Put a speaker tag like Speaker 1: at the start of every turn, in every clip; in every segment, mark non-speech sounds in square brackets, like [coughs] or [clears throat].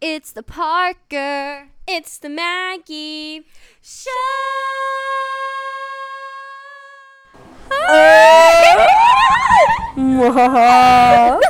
Speaker 1: It's the Parker. It's the Maggie. Show.
Speaker 2: [laughs] Whoa.
Speaker 1: [laughs]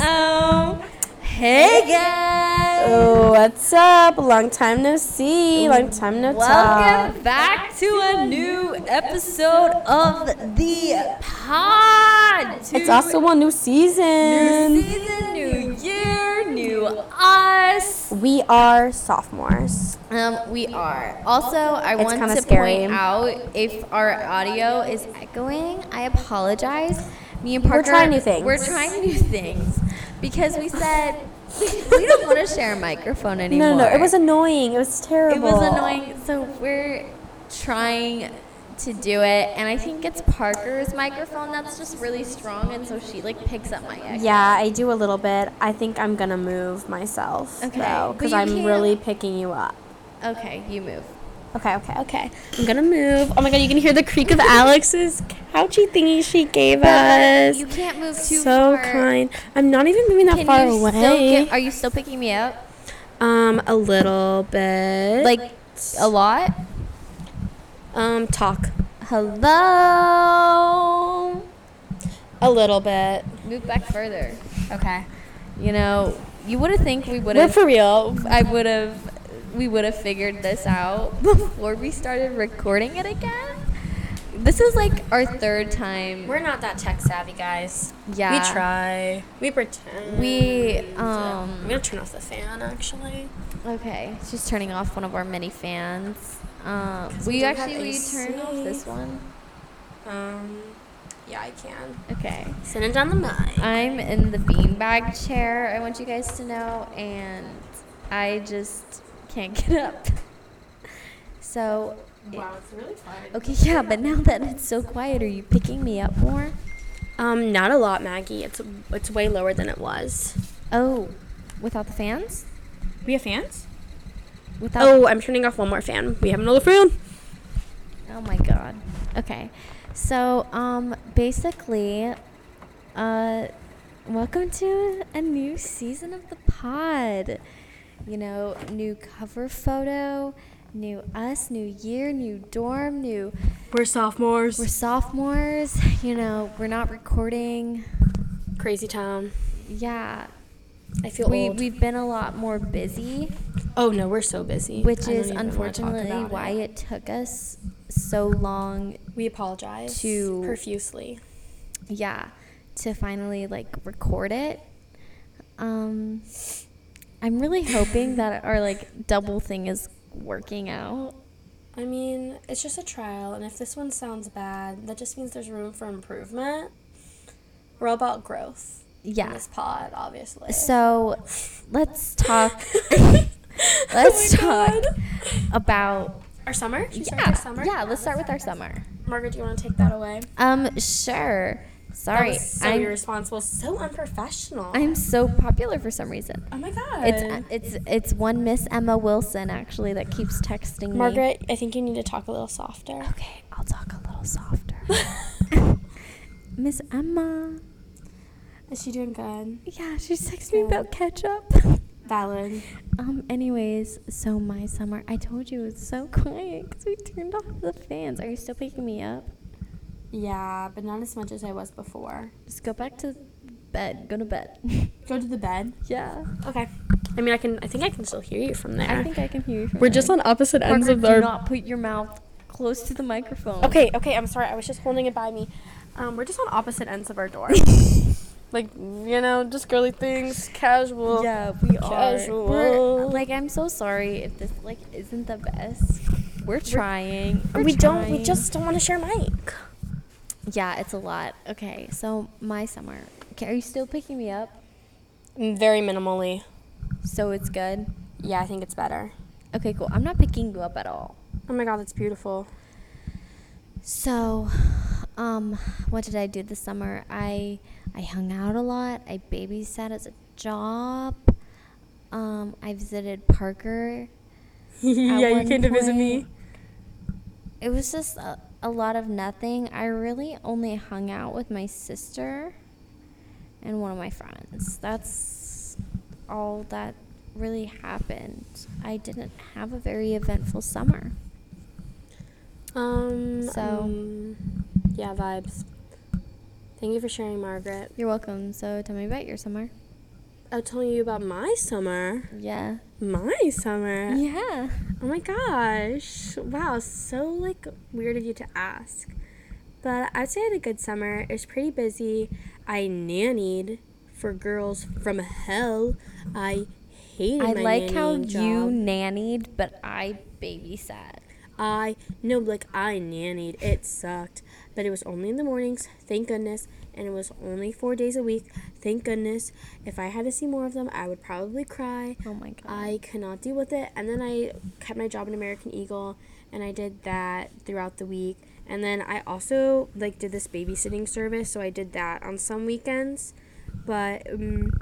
Speaker 1: oh. Hey guys.
Speaker 2: Oh, what's up? Long time no see. Long time no talk.
Speaker 1: Welcome back to a new episode of the pod.
Speaker 2: It's also a new
Speaker 1: new
Speaker 2: season.
Speaker 1: season, new year, new us.
Speaker 2: We are sophomores.
Speaker 1: Um, we are. Also, I want
Speaker 2: kinda
Speaker 1: to
Speaker 2: scary.
Speaker 1: point out if our audio is echoing, I apologize. Me and Parker,
Speaker 2: We're trying new things.
Speaker 1: We're trying new things because we said [laughs] we don't want to share a microphone anymore.
Speaker 2: No, no, no. It was annoying. It was
Speaker 1: It
Speaker 2: terrible.
Speaker 1: was annoying. So we're trying to do it, and I think it's Parker's microphone that's just really strong, and so she like picks up my echo.
Speaker 2: Yeah, I do a little bit. I think I'm gonna move myself
Speaker 1: Okay,
Speaker 2: though,
Speaker 1: but
Speaker 2: because
Speaker 1: you
Speaker 2: I'm
Speaker 1: can't-
Speaker 2: really picking you up.
Speaker 1: Okay, you move.
Speaker 2: Okay, okay, okay. I'm gonna move. Oh my god, you can hear the creak of Alex's couchy thingy she gave us.
Speaker 1: You can't move too
Speaker 2: So
Speaker 1: far.
Speaker 2: kind. I'm not even moving that
Speaker 1: Can
Speaker 2: far
Speaker 1: you
Speaker 2: away.
Speaker 1: Still get, are you still picking me up?
Speaker 2: Um, a little bit.
Speaker 1: Like a lot?
Speaker 2: um, talk.
Speaker 1: Hello.
Speaker 2: A little bit.
Speaker 1: Move back further.
Speaker 2: Okay.
Speaker 1: You know, you would have think we would
Speaker 2: We're
Speaker 1: have
Speaker 2: for real.
Speaker 1: I would have we would have figured this out before we started recording it again. This is like our third time.
Speaker 2: We're not that tech savvy, guys.
Speaker 1: Yeah.
Speaker 2: We try. We pretend.
Speaker 1: We, um,
Speaker 2: I'm gonna turn off the fan, actually.
Speaker 1: Okay, she's turning off one of our mini fans. Uh, will
Speaker 2: we
Speaker 1: you
Speaker 2: don't have
Speaker 1: actually will you turn off
Speaker 2: AC.
Speaker 1: this one?
Speaker 2: Um, yeah, I can.
Speaker 1: Okay.
Speaker 2: Send it down the mic.
Speaker 1: I'm in the beanbag chair, I want you guys to know, and I just can't get up. So,
Speaker 2: Wow, it's really fun.
Speaker 1: okay, yeah, but now that it's so quiet, are you picking me up more?
Speaker 2: Um, not a lot, Maggie. It's it's way lower than it was.
Speaker 1: Oh, without the fans?
Speaker 2: We have fans?
Speaker 1: Without
Speaker 2: Oh, I'm turning off one more fan. We have another fan.
Speaker 1: Oh my god. Okay. So, um basically uh welcome to a new season of the pod. You know, new cover photo, new us, new year, new dorm, new
Speaker 2: We're sophomores.
Speaker 1: we're sophomores, [laughs] you know, we're not recording.
Speaker 2: Crazy town.
Speaker 1: Yeah.
Speaker 2: I feel
Speaker 1: we
Speaker 2: old.
Speaker 1: we've been a lot more busy.
Speaker 2: oh no, we're so busy. I
Speaker 1: which
Speaker 2: don't
Speaker 1: is
Speaker 2: even wanna talk
Speaker 1: unfortunately
Speaker 2: about
Speaker 1: why
Speaker 2: it.
Speaker 1: it. took us so long
Speaker 2: we apologize
Speaker 1: to-
Speaker 2: profusely.
Speaker 1: yeah to finally like record it um i'm
Speaker 2: [laughs]
Speaker 1: really hoping that our like double thing is working out
Speaker 2: I mean, it's just a trial, and if this one sounds bad, that just means there's room for improvement. We're all about growth. in
Speaker 1: yeah
Speaker 2: this pod, obviously.
Speaker 1: so let's talk
Speaker 2: [laughs]
Speaker 1: [laughs] let's
Speaker 2: Let's
Speaker 1: talk about
Speaker 2: Oh Our summer? Should we start with
Speaker 1: yeah,
Speaker 2: our summer?
Speaker 1: yeah let's start with our summer
Speaker 2: Margaret, do you want to take that away?
Speaker 1: um sure
Speaker 2: That
Speaker 1: sorry
Speaker 2: was so
Speaker 1: I'm,
Speaker 2: irresponsible, so unprofessional.
Speaker 1: I'm so popular for some reason
Speaker 2: oh my god.
Speaker 1: it's uh, it's it's one miss emma wilson actually that keeps texting me
Speaker 2: Margaret, I think you need to talk a little softer.
Speaker 1: Okay, I'll talk a little [laughs] softer. [laughs] Miss Emma.
Speaker 2: [laughs] Is she doing good?
Speaker 1: Yeah, she's texting me about ketchup.
Speaker 2: Valid.
Speaker 1: [laughs] um, anyways, so my summer, I told you it's so quiet because we turned off the fans. Are you still picking me up?
Speaker 2: Yeah, but not as much as I was before.
Speaker 1: Just go back to bed. Go to bed. [laughs]
Speaker 2: Go to the bed.
Speaker 1: yeah.
Speaker 2: Okay. I mean, I can. I think I can still hear you from there.
Speaker 1: I think I can hear you. From
Speaker 2: We're just on opposite ends of
Speaker 1: Do
Speaker 2: our.
Speaker 1: not put your mouth close to the microphone.
Speaker 2: Okay. Okay. I'm sorry. I was just holding it by me. Um, we're just on opposite ends of our
Speaker 1: [laughs]
Speaker 2: door. like you know, just girly things, casual.
Speaker 1: Yeah, we are.
Speaker 2: Casual.
Speaker 1: We're- like, I'm so sorry if this like isn't the best. We're trying. We're
Speaker 2: we don't. We
Speaker 1: trying.
Speaker 2: just don't want to share mic.
Speaker 1: Yeah, it's a lot. Okay, so my summer. Okay, are you still picking me up? Mm,
Speaker 2: Very minimally.
Speaker 1: So it's good.
Speaker 2: Yeah, I think it's better.
Speaker 1: Okay, cool. I'm not picking you up at all.
Speaker 2: Oh my god, that's beautiful.
Speaker 1: So, um, what did I do this summer? I I hung out a lot. I babysat as a job. Um, I visited Parker. at
Speaker 2: [laughs] yeah, you
Speaker 1: one
Speaker 2: came to visit me.
Speaker 1: point. It was just a, a lot of nothing. I really only hung out with my sister and one of my friends. That's all that really happened. I didn't have a very eventful summer.
Speaker 2: Um. So. Um, yeah, vibes. Thank you for sharing, Margaret.
Speaker 1: You're welcome. So tell me about your summer.
Speaker 2: I was telling you about my summer.
Speaker 1: Yeah.
Speaker 2: My summer.
Speaker 1: Yeah.
Speaker 2: Oh my gosh. Wow, so like weird of you to ask. But I'd say I had a good summer. It was pretty busy. I nannied for girls from hell. I hated
Speaker 1: I
Speaker 2: my
Speaker 1: like how
Speaker 2: nannying job.
Speaker 1: you nannied, but I babysat.
Speaker 2: I no like I nannied. It sucked, but it was only in the mornings. Thank goodness, and it was only four days a week. Thank goodness. If I had to see more of them, I would probably cry.
Speaker 1: Oh my god.
Speaker 2: I could not deal with it, and then I kept my job in American Eagle, and I did that throughout the week. And then I also like did this babysitting service, so I did that on some weekends. But um,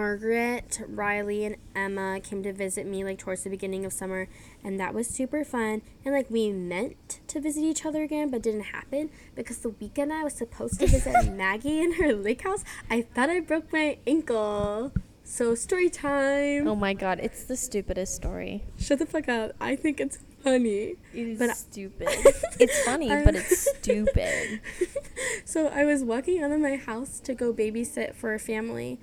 Speaker 2: Margaret, Riley, and Emma came to visit me like towards the beginning of summer, and that was super fun. And like we meant to visit each other again, but didn't happen because the weekend I was supposed to visit Maggie in her lake house, I thought I broke my ankle. So story time.
Speaker 1: Oh my god, it's the stupidest story.
Speaker 2: Shut the fuck up. I think it's funny.
Speaker 1: It is
Speaker 2: But I-
Speaker 1: stupid. [laughs]
Speaker 2: [laughs]
Speaker 1: it's funny,
Speaker 2: I'm-
Speaker 1: but it's [laughs] stupid.
Speaker 2: [laughs] so I was walking out of my house to go babysit for a family,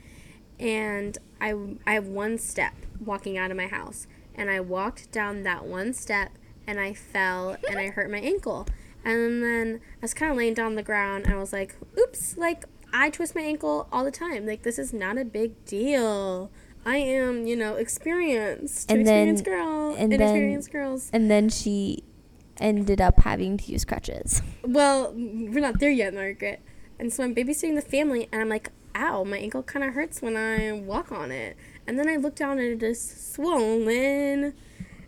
Speaker 2: and I I have one step walking out of my house, and I walked down that one step, and I fell and I hurt my ankle, and then I was kind of laying down on the ground, and I was like, "Oops!" Like I twist my ankle all the time. Like this is not a big deal. I am, you know, experienced,
Speaker 1: And then-
Speaker 2: experienced girl,
Speaker 1: and then-
Speaker 2: inexperienced girls.
Speaker 1: And then she ended up having to use crutches. [laughs]
Speaker 2: Well, we're not there yet, Margaret. And so I'm babysitting the family, and I'm like, ow, my ankle kind of hurts when I walk on it. And then I look down, and it is swollen.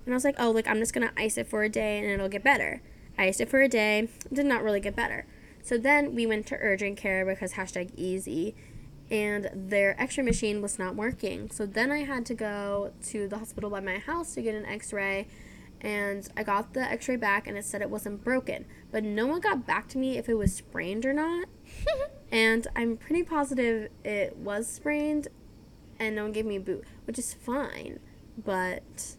Speaker 2: And I was like, oh, like, I'm just going to ice it for a day, and it'll get better. I iced it for a day. It did not really get better. So then we went to urgent care because hashtag easy, and their x ray machine was not working. So then I had to go to the hospital by my house to get an x ray and I got the x ray back and it said it wasn't broken. But no one got back to me if it was sprained or not. and I'm pretty positive it was sprained and no one gave me a boot, which is fine. But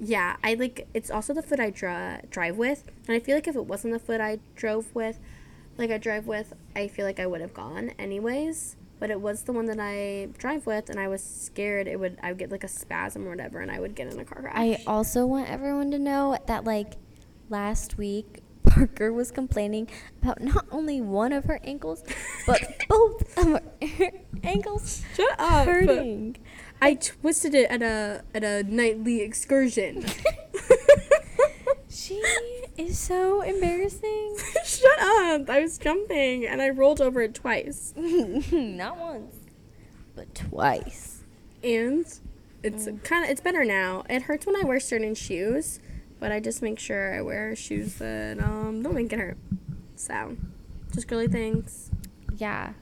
Speaker 2: yeah, I like it's also the foot I dra- drive with. And I feel like if it wasn't the foot I drove with, like I drive with, I feel like I would have gone anyways. But it was the one that I drive with, and I was scared it would I would get like a spasm or whatever, and I would get in a car crash.
Speaker 1: I also want everyone to know that, like, last week, [laughs] Parker was complaining about not only one of her ankles,
Speaker 2: [laughs]
Speaker 1: but both of her [laughs] ankles
Speaker 2: Shut up. [laughs]
Speaker 1: hurting.
Speaker 2: I twisted it at a at a nightly excursion.
Speaker 1: [laughs]
Speaker 2: [laughs]
Speaker 1: She is so embarrassing. [laughs]
Speaker 2: Shut up. I was jumping and I rolled over it twice.
Speaker 1: not once, but twice.
Speaker 2: And it's
Speaker 1: Mm.
Speaker 2: kind of it's better now. It hurts when I wear certain shoes, but I just make sure I wear shoes that um don't make it hurt. So, just girly things.
Speaker 1: Yeah.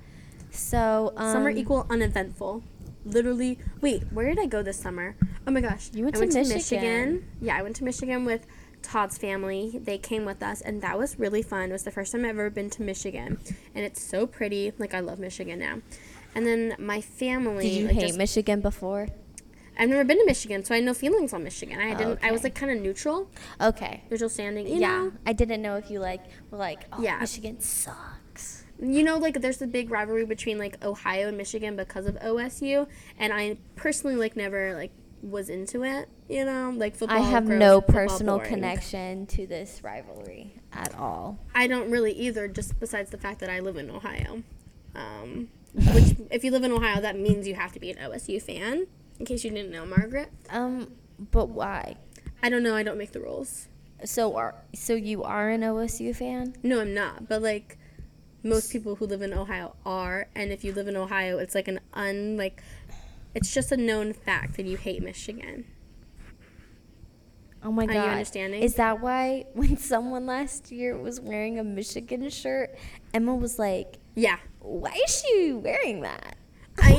Speaker 1: So, um,
Speaker 2: summer equal uneventful. Literally. Wait, where did I go this summer? Oh my gosh.
Speaker 1: You went
Speaker 2: I
Speaker 1: to Michigan.
Speaker 2: Yeah, I went to Michigan with Todd's family. They came with us, and that was really fun. It was the first time I've ever been to Michigan, and it's so pretty. Like, I love Michigan now. And then my family.
Speaker 1: Did you
Speaker 2: like,
Speaker 1: hate
Speaker 2: just-
Speaker 1: Michigan before?
Speaker 2: I've never been to Michigan, so I had no feelings on Michigan. I didn't. I was
Speaker 1: Okay.
Speaker 2: like kind of neutral,
Speaker 1: Okay.
Speaker 2: neutral standing. You
Speaker 1: yeah.
Speaker 2: know?
Speaker 1: I didn't know if you like were like, oh,
Speaker 2: Yeah.
Speaker 1: Michigan sucks.
Speaker 2: you know like there's the big rivalry between like ohio and michigan because of osu and i personally like never like was into it you know like football
Speaker 1: I have
Speaker 2: gross,
Speaker 1: no
Speaker 2: football
Speaker 1: personal
Speaker 2: boring.
Speaker 1: connection to this rivalry at all.
Speaker 2: i don't really either just besides the fact that i live in ohio um, which if you live in ohio that means you have to be an osu fan in case you didn't know margaret
Speaker 1: Um, but why?
Speaker 2: i don't know i don't make the rules
Speaker 1: So are so you are an OSU fan?
Speaker 2: no i'm not but like most people who live in ohio are and if you live in ohio it's like an un like it's just a known fact that you hate michigan
Speaker 1: Oh my
Speaker 2: Are
Speaker 1: god!
Speaker 2: you understanding?
Speaker 1: Is that why [laughs] when someone last year was wearing a Michigan shirt, Emma was like,
Speaker 2: yeah
Speaker 1: "Why is she wearing that?"
Speaker 2: I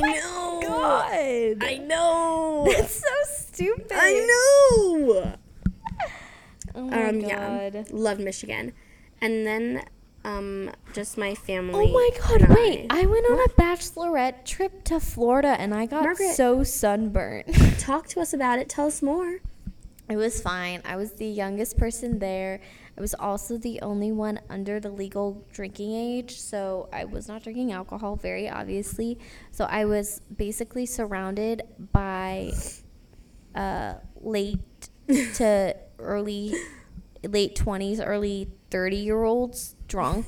Speaker 1: Oh my
Speaker 2: know.
Speaker 1: God, [laughs]
Speaker 2: I know.
Speaker 1: that's so stupid.
Speaker 2: I know.
Speaker 1: Oh my
Speaker 2: Um, yeah.
Speaker 1: god.
Speaker 2: Love Michigan. And then um, just my family.
Speaker 1: Oh my god,
Speaker 2: and
Speaker 1: wait. I went on a bachelorette trip to Florida and I got
Speaker 2: Margaret.
Speaker 1: so sunburnt.
Speaker 2: Talk to us about it. Tell us more.
Speaker 1: It was fine. I was the youngest person there. I was also the only one under the legal drinking age, so I was not drinking alcohol, very obviously. So I was basically surrounded by uh,
Speaker 2: [laughs]
Speaker 1: late to early, late 20s, early 30 year olds drunk.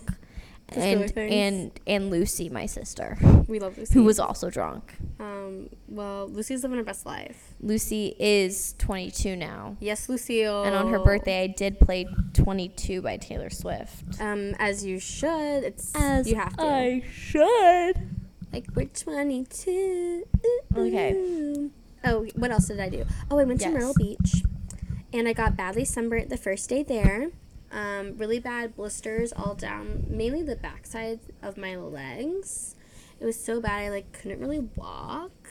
Speaker 2: That's really
Speaker 1: And,
Speaker 2: thanks.
Speaker 1: and and Lucy, my sister,
Speaker 2: We love Lucy.
Speaker 1: who was also drunk.
Speaker 2: Um, well, Lucy's living her best life.
Speaker 1: Lucy is 22 now.
Speaker 2: Yes, Lucille.
Speaker 1: And on her birthday, I did play 22 by Taylor Swift.
Speaker 2: Um, as you should. It's you have to.
Speaker 1: should.
Speaker 2: Like we're 22.
Speaker 1: Okay.
Speaker 2: Ooh. Oh, what else did I do? Oh, I went to
Speaker 1: Yes.
Speaker 2: Myrtle Beach, and I got badly sunburnt the first day there. Um, really bad blisters all down, mainly the backside of my legs. It was so bad I like couldn't really walk.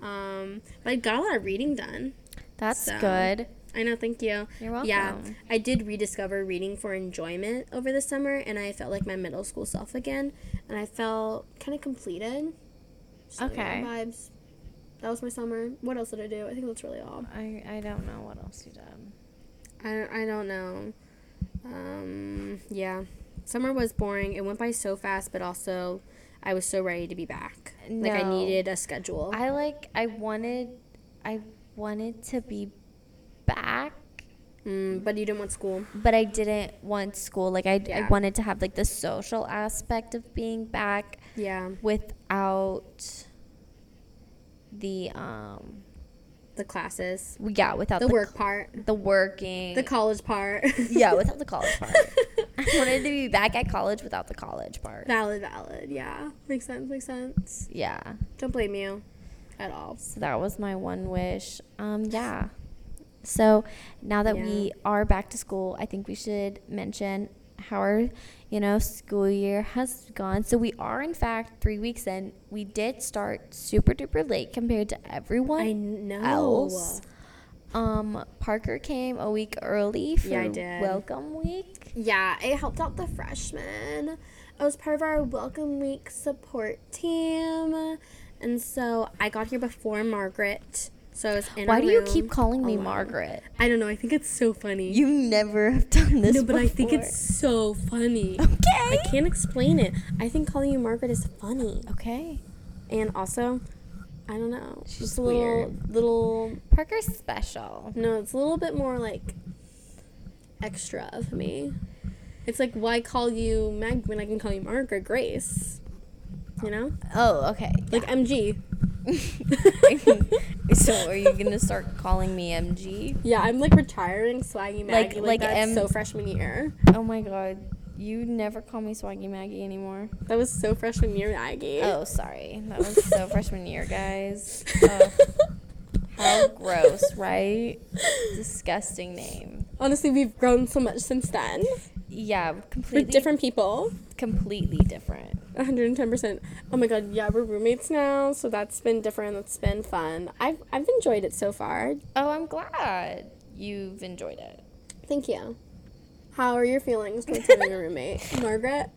Speaker 2: Um, but I got a lot of reading done.
Speaker 1: That's
Speaker 2: So-
Speaker 1: good.
Speaker 2: I know, thank you.
Speaker 1: You're welcome.
Speaker 2: Yeah, I did rediscover reading for enjoyment over the summer, and I felt like my middle school self again, and I felt kind of completed. Just like,
Speaker 1: Okay.
Speaker 2: Vibes. That was my summer. What else did I do? I think that's really all.
Speaker 1: I, I don't know what else you did.
Speaker 2: I, I don't know. Um, yeah. Summer was boring. It went by so fast, but also I was so ready to be back. Like, I
Speaker 1: No.
Speaker 2: needed a schedule.
Speaker 1: I like, I wanted, I wanted to be back,
Speaker 2: mm, but you didn't want school.
Speaker 1: but I didn't want school. Like, I, I
Speaker 2: Yeah.
Speaker 1: wanted to have like the social aspect of being back
Speaker 2: Yeah.
Speaker 1: without the, um,
Speaker 2: The classes,
Speaker 1: yeah, without
Speaker 2: the work part,
Speaker 1: the working,
Speaker 2: the college part. [laughs]
Speaker 1: yeah, without the college part. I wanted to be back at college without the college part.
Speaker 2: Valid, valid. Yeah, makes sense. Makes sense.
Speaker 1: Yeah.
Speaker 2: Don't blame you, at all.
Speaker 1: So that was my one wish. Um yeah. So now that we are back to school, I think we should mention how our, you know, school year has gone. So we are in fact 3 weeks in. We did start super duper late compared to everyone
Speaker 2: I know.
Speaker 1: else. Um Parker came a week early for
Speaker 2: Yeah, I did.
Speaker 1: welcome week.
Speaker 2: Yeah, it helped out the freshmen. I was part of our welcome week support team, and so I got here before Margaret. So I was in.
Speaker 1: Why
Speaker 2: her
Speaker 1: do you
Speaker 2: room
Speaker 1: keep calling me
Speaker 2: alone.
Speaker 1: Margaret?
Speaker 2: I don't know. I think it's so funny.
Speaker 1: You never have done this.
Speaker 2: no, but I think
Speaker 1: before.
Speaker 2: it's so funny.
Speaker 1: [laughs]
Speaker 2: I
Speaker 1: okay.
Speaker 2: can't explain it. I think calling you Margaret is funny,
Speaker 1: Okay.
Speaker 2: and also, I don't know.
Speaker 1: She's
Speaker 2: it's a little
Speaker 1: weird.
Speaker 2: little
Speaker 1: Parker's special.
Speaker 2: No, it's a little bit more like extra of me. It's like why call you Meg when I can call you Mark or Grace? You know?
Speaker 1: Oh, [laughs] okay.
Speaker 2: Like MG.
Speaker 1: so, are you gonna start calling me MG?
Speaker 2: Yeah, I'm like retiring swaggy
Speaker 1: Like-
Speaker 2: Maggie like,
Speaker 1: like
Speaker 2: that's
Speaker 1: M-
Speaker 2: so freshman year.
Speaker 1: Oh my god, you never call me Swaggy Maggie anymore.
Speaker 2: That was so freshman year Maggie.
Speaker 1: Oh, sorry,
Speaker 2: [laughs]
Speaker 1: that was so [laughs] freshman year, guys. Ugh, how gross, right? Disgusting name.
Speaker 2: Honestly, we've grown so much since then.
Speaker 1: Yeah,
Speaker 2: We're
Speaker 1: completely
Speaker 2: different people.
Speaker 1: Completely different.
Speaker 2: 110%. Oh my god, yeah, we're roommates now, so that's been different. That's been fun. I've I've enjoyed it so far.
Speaker 1: Oh, I'm glad you've enjoyed it.
Speaker 2: Thank you. How are your feelings towards having
Speaker 1: [laughs]
Speaker 2: a roommate? Margaret,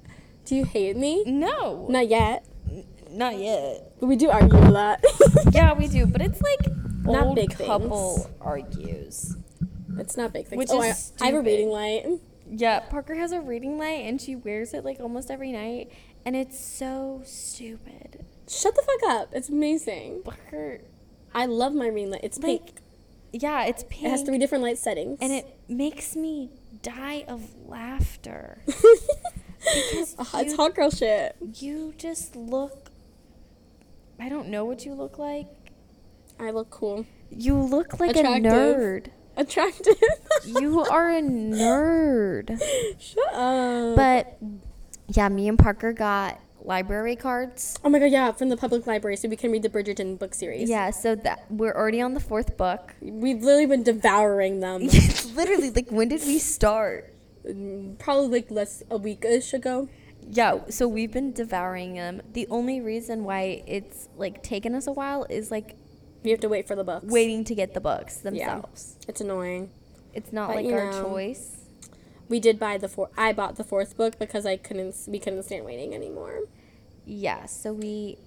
Speaker 2: do you hate me?
Speaker 1: No,
Speaker 2: Not yet.
Speaker 1: not yet.
Speaker 2: But we do argue a lot. [laughs]
Speaker 1: Yeah, we do, but it's like
Speaker 2: Not
Speaker 1: old
Speaker 2: big
Speaker 1: couple argues.
Speaker 2: it's not big things.
Speaker 1: Which
Speaker 2: oh,
Speaker 1: is
Speaker 2: I, I have a
Speaker 1: stupid.
Speaker 2: reading light.
Speaker 1: Yeah, Parker has a reading light and she wears it like almost every night, and it's so stupid.
Speaker 2: Shut the fuck up. It's amazing.
Speaker 1: Parker,
Speaker 2: I love my reading light. It's pink.
Speaker 1: like, yeah, it's pink,
Speaker 2: it has three different light settings.
Speaker 1: and
Speaker 2: [laughs]
Speaker 1: it makes me die of [laughs] laughter. because
Speaker 2: Ah,
Speaker 1: you-
Speaker 2: it's hot girl shit.
Speaker 1: You just look. I don't know what you look like.
Speaker 2: I look cool.
Speaker 1: You look like
Speaker 2: Attractive.
Speaker 1: a nerd.
Speaker 2: Attractive. [laughs]
Speaker 1: You are a nerd.
Speaker 2: Shut up.
Speaker 1: But yeah, me and Parker got library cards.
Speaker 2: oh my god, yeah, from the public library, so we can read the Bridgerton book series.
Speaker 1: Yeah, so that we're already on the fourth book.
Speaker 2: We've literally been devouring them.
Speaker 1: It's literally like when did we start?
Speaker 2: Probably like less a week ish ago.
Speaker 1: Yeah, so we've been devouring them. The only reason why it's like taken us a while is like
Speaker 2: You have to wait for the books.
Speaker 1: waiting to get the books themselves.
Speaker 2: It's annoying.
Speaker 1: It's not
Speaker 2: But,
Speaker 1: like
Speaker 2: you
Speaker 1: our
Speaker 2: know.
Speaker 1: choice.
Speaker 2: we did buy the four. I bought the fourth book because I couldn't. s- We couldn't stand waiting anymore.
Speaker 1: Yeah, so we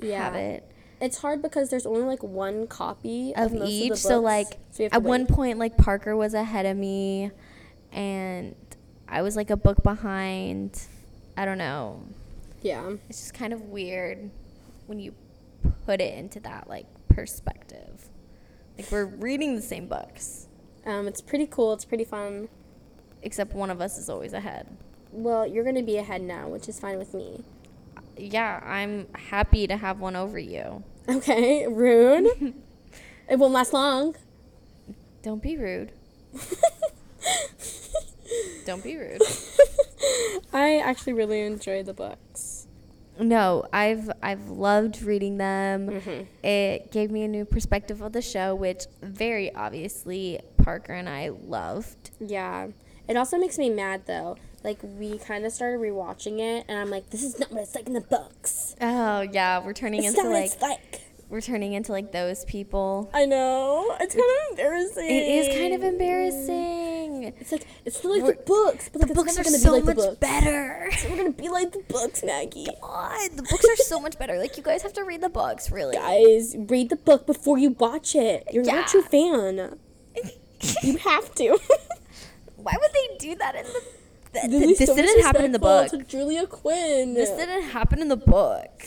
Speaker 1: have
Speaker 2: Yeah.
Speaker 1: it
Speaker 2: It's hard because there's only like one copy
Speaker 1: of
Speaker 2: of, most
Speaker 1: each.
Speaker 2: Of the
Speaker 1: so
Speaker 2: books,
Speaker 1: like
Speaker 2: so we have to
Speaker 1: at one
Speaker 2: wait.
Speaker 1: point, like Parker was ahead of me, and I was like a book behind. I don't know.
Speaker 2: yeah.
Speaker 1: It's just kind of weird when you put it into that like perspective. Like we're reading the same books,
Speaker 2: Um, it's pretty cool. It's pretty fun.
Speaker 1: except one of us is always ahead.
Speaker 2: Well, you're gonna be ahead now, which is fine with me.
Speaker 1: Yeah, I'm happy to have one over you.
Speaker 2: Okay, [laughs]
Speaker 1: [laughs]
Speaker 2: rude. it won't last long.
Speaker 1: Don't be rude. [laughs] Don't be rude.
Speaker 2: [laughs] I actually really enjoy the books.
Speaker 1: [laughs] No, I've I've loved reading them. It gave me a new perspective of the show, which very obviously Parker and I loved.
Speaker 2: Yeah. It also makes me mad though. Like we kind of started rewatching it, and I'm like, this is not what it's like in the books.
Speaker 1: Oh yeah, we're turning
Speaker 2: It's
Speaker 1: into
Speaker 2: not what
Speaker 1: like
Speaker 2: it's like.
Speaker 1: we're turning into like those people.
Speaker 2: I know. It's kind of embarrassing.
Speaker 1: It is kind of embarrassing.
Speaker 2: It's like it's not like
Speaker 1: We're-
Speaker 2: the books, but like
Speaker 1: The books
Speaker 2: it's never
Speaker 1: are
Speaker 2: gonna
Speaker 1: so
Speaker 2: be like
Speaker 1: much
Speaker 2: the books.
Speaker 1: better.
Speaker 2: We're gonna be like the books, Maggie.
Speaker 1: God, [laughs] the books are so much better. Like you guys have to read the books, really.
Speaker 2: Guys, read the book before you watch it. You're not
Speaker 1: Yeah.
Speaker 2: a true fan.
Speaker 1: [laughs]
Speaker 2: You have to.
Speaker 1: [laughs] Why would they do that in the? That,
Speaker 2: This is
Speaker 1: this
Speaker 2: so
Speaker 1: didn't happen in the book.
Speaker 2: disrespectful To Julia Quinn.
Speaker 1: This didn't happen in the book.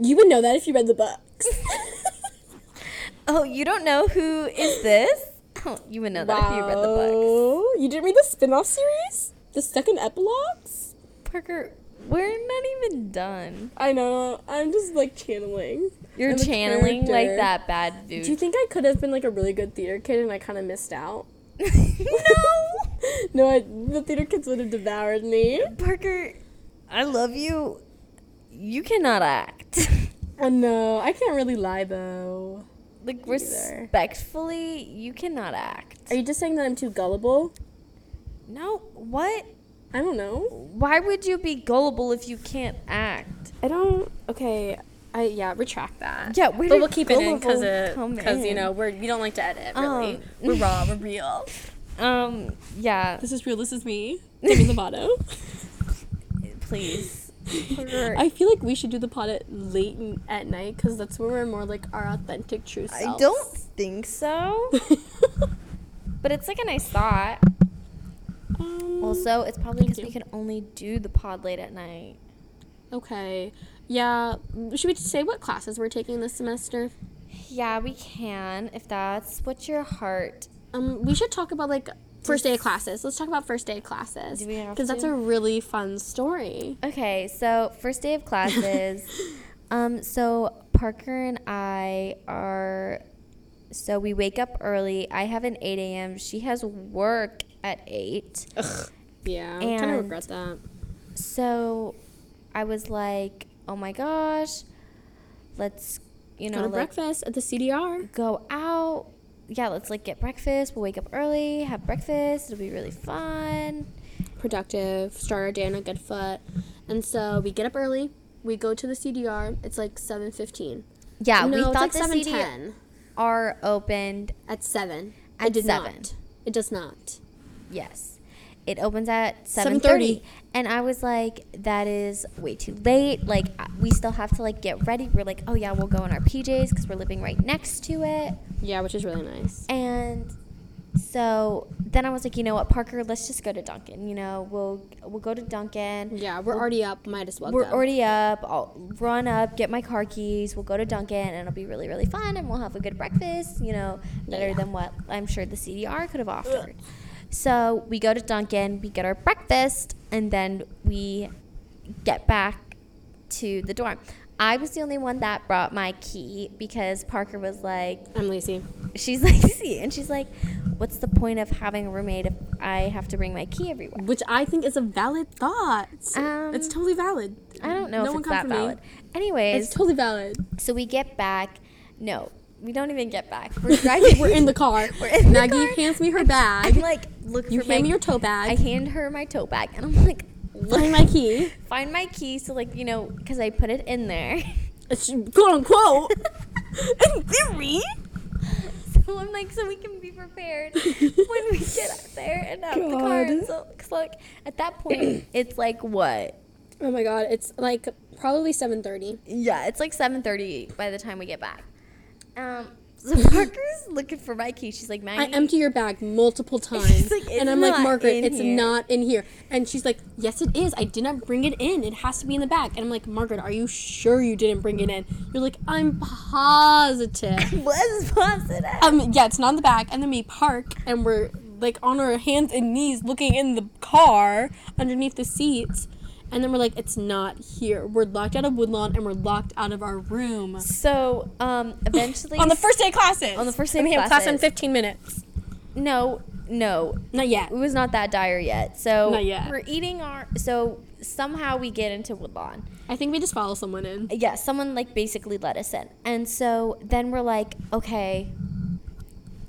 Speaker 2: you would know that if you read
Speaker 1: [laughs]
Speaker 2: the books.
Speaker 1: Oh, you don't know who is this? [laughs] Oh, you would know that if you read the book.
Speaker 2: Wow. You didn't read the spin-off series? The second epilogues?
Speaker 1: Parker, we're not even done.
Speaker 2: I know. I'm just like channeling.
Speaker 1: You're
Speaker 2: I'm a
Speaker 1: channeling like
Speaker 2: character.
Speaker 1: that bad dude.
Speaker 2: Do you think I could have been like a really good theater kid and I kind of missed out? [laughs]
Speaker 1: [laughs] no,
Speaker 2: No, I, the theater kids would have devoured me.
Speaker 1: Parker, I love you. You cannot act. [laughs]
Speaker 2: Oh no, I can't really lie though.
Speaker 1: like
Speaker 2: Neither.
Speaker 1: respectfully, you cannot act.
Speaker 2: Are you just saying that I'm too gullible?
Speaker 1: No, what?
Speaker 2: I don't know.
Speaker 1: Why would you be gullible if you can't act?
Speaker 2: I don't. Okay. I yeah, retract that.
Speaker 1: Yeah, where
Speaker 2: But
Speaker 1: did
Speaker 2: we'll keep it in
Speaker 1: gullible
Speaker 2: because
Speaker 1: come
Speaker 2: because you
Speaker 1: in?
Speaker 2: know we're we don't like to edit really.
Speaker 1: Um.
Speaker 2: [laughs] We're raw. We're real.
Speaker 1: Um, yeah.
Speaker 2: This is real. This is me. Demi Lovato.
Speaker 1: [laughs]
Speaker 2: [laughs]
Speaker 1: Please.
Speaker 2: I feel like we should do the pod at late n- at night because that's where we're more like our authentic true
Speaker 1: I
Speaker 2: selves.
Speaker 1: don't think so. [laughs] But it's like a nice thought.
Speaker 2: [laughs] um,
Speaker 1: Also, it's probably
Speaker 2: Thank
Speaker 1: because we
Speaker 2: you.
Speaker 1: can only do the pod late at night.
Speaker 2: okay. Yeah. Should we say what classes we're taking this semester?
Speaker 1: Yeah, we can if that's what your heart.
Speaker 2: Um, we should talk about like first day of classes. Let's talk about first day of classes.
Speaker 1: Do we have
Speaker 2: Because that's
Speaker 1: to?
Speaker 2: a really fun story.
Speaker 1: Okay, so first day of [laughs]
Speaker 2: [laughs]
Speaker 1: classes. um, so Parker and I are. So we wake up early. I have an 8 a.m. She has work at [laughs] 8.
Speaker 2: Yeah, I kind
Speaker 1: And-
Speaker 2: of regret that.
Speaker 1: So I was like, oh my gosh, let's, you know,
Speaker 2: Go to
Speaker 1: like,
Speaker 2: breakfast at the CDR.
Speaker 1: go out. Yeah, let's like get breakfast. We'll wake up early, have breakfast. It'll be really fun.
Speaker 2: Productive. Start our day on a good foot. And so we get up early. We go to the CDR. It's like seven fifteen.
Speaker 1: Yeah,
Speaker 2: no,
Speaker 1: we
Speaker 2: it's
Speaker 1: thought
Speaker 2: like
Speaker 1: the
Speaker 2: seven
Speaker 1: CDR
Speaker 2: ten
Speaker 1: opened.
Speaker 2: at seven.
Speaker 1: At
Speaker 2: it did
Speaker 1: 7.
Speaker 2: not. It does not.
Speaker 1: Yes. It opens at 7:30.
Speaker 2: 7:30.
Speaker 1: And I was like that is way too late. Like I- we still have to like get ready. We're like, "Oh yeah, we'll go in our PJs cuz we're living right next to it."
Speaker 2: Yeah, which is really nice.
Speaker 1: And so then I was like, "You know what, Parker, let's just go to Dunkin'. You know, we'll we'll go to Dunkin'.
Speaker 2: Yeah, we're already up. Might as well.
Speaker 1: We're
Speaker 2: go.
Speaker 1: already up. I'll run up, get my car keys. We'll go to Dunkin', and it'll be really, really fun, and we'll have a good breakfast. You know, better
Speaker 2: Yeah.
Speaker 1: than what I'm sure the CDR could have offered. So we go to Dunkin', we get our breakfast, and then we get back to the dorm. I was the only one that brought my key because Parker was like,
Speaker 2: I'm lazy.
Speaker 1: she's [laughs] like, see, and she's like, what's the point of having a roommate if I have to bring my key everywhere?
Speaker 2: Which I think is a valid thought.
Speaker 1: Um,
Speaker 2: it's totally valid.
Speaker 1: I don't know
Speaker 2: No
Speaker 1: if
Speaker 2: one
Speaker 1: it's
Speaker 2: come
Speaker 1: that
Speaker 2: for me.
Speaker 1: valid. Anyways,
Speaker 2: It's totally valid.
Speaker 1: So we get back. No, we don't even get
Speaker 2: [laughs]
Speaker 1: back. We're driving.
Speaker 2: [laughs] We're in the car.
Speaker 1: [laughs] We're in the
Speaker 2: Maggie
Speaker 1: car.
Speaker 2: hands me her
Speaker 1: I'm
Speaker 2: bag.
Speaker 1: like, look
Speaker 2: You
Speaker 1: for
Speaker 2: hand
Speaker 1: my.
Speaker 2: me your tote
Speaker 1: I
Speaker 2: bag.
Speaker 1: hand her my tote bag, and I'm like,
Speaker 2: Find my key.
Speaker 1: find my key. So like, you know, because I put
Speaker 2: [laughs]
Speaker 1: it in there.
Speaker 2: It's quote unquote.
Speaker 1: In
Speaker 2: theory.
Speaker 1: people. I'm like, [laughs] so we can be
Speaker 2: [laughs]
Speaker 1: prepared when we get out there and out the car.
Speaker 2: God.
Speaker 1: And so, 'cause, like, at that
Speaker 2: [clears throat]
Speaker 1: point, it's like what?
Speaker 2: [laughs] Oh my god, it's like probably 7:30.
Speaker 1: Yeah, it's like 7:30 by the time we get back. Um, so
Speaker 2: [laughs]
Speaker 1: Parker's looking for my key. She's like,
Speaker 2: I
Speaker 1: Maggie,
Speaker 2: empty your bag [laughs] multiple times,
Speaker 1: like, "It's
Speaker 2: and I'm like,
Speaker 1: not
Speaker 2: Margaret,
Speaker 1: in
Speaker 2: it's
Speaker 1: here."
Speaker 2: not in here. And she's like, Yes, it is. I did not bring it in. It has to be in the bag. And I'm like, Margaret, are you sure you didn't bring it in? You're like, I'm positive.
Speaker 1: was positive.
Speaker 2: um, yeah, it's not in the bag. And then we park, and we're like on our hands and knees looking in the car underneath the seats. And then we're like, it's not here. We're locked out of Woodlawn, and we're locked out of our room.
Speaker 1: So, um, eventually,
Speaker 2: On the first day of classes.
Speaker 1: On the first day
Speaker 2: And we
Speaker 1: of
Speaker 2: have class in
Speaker 1: classes.
Speaker 2: 15 minutes.
Speaker 1: no, no,
Speaker 2: Not yet.
Speaker 1: it was not that dire yet. So
Speaker 2: Not yet.
Speaker 1: we're eating our. So somehow we get into Woodlawn.
Speaker 2: I think we just follow someone in.
Speaker 1: yeah, someone like basically let us in. And so then we're like, okay,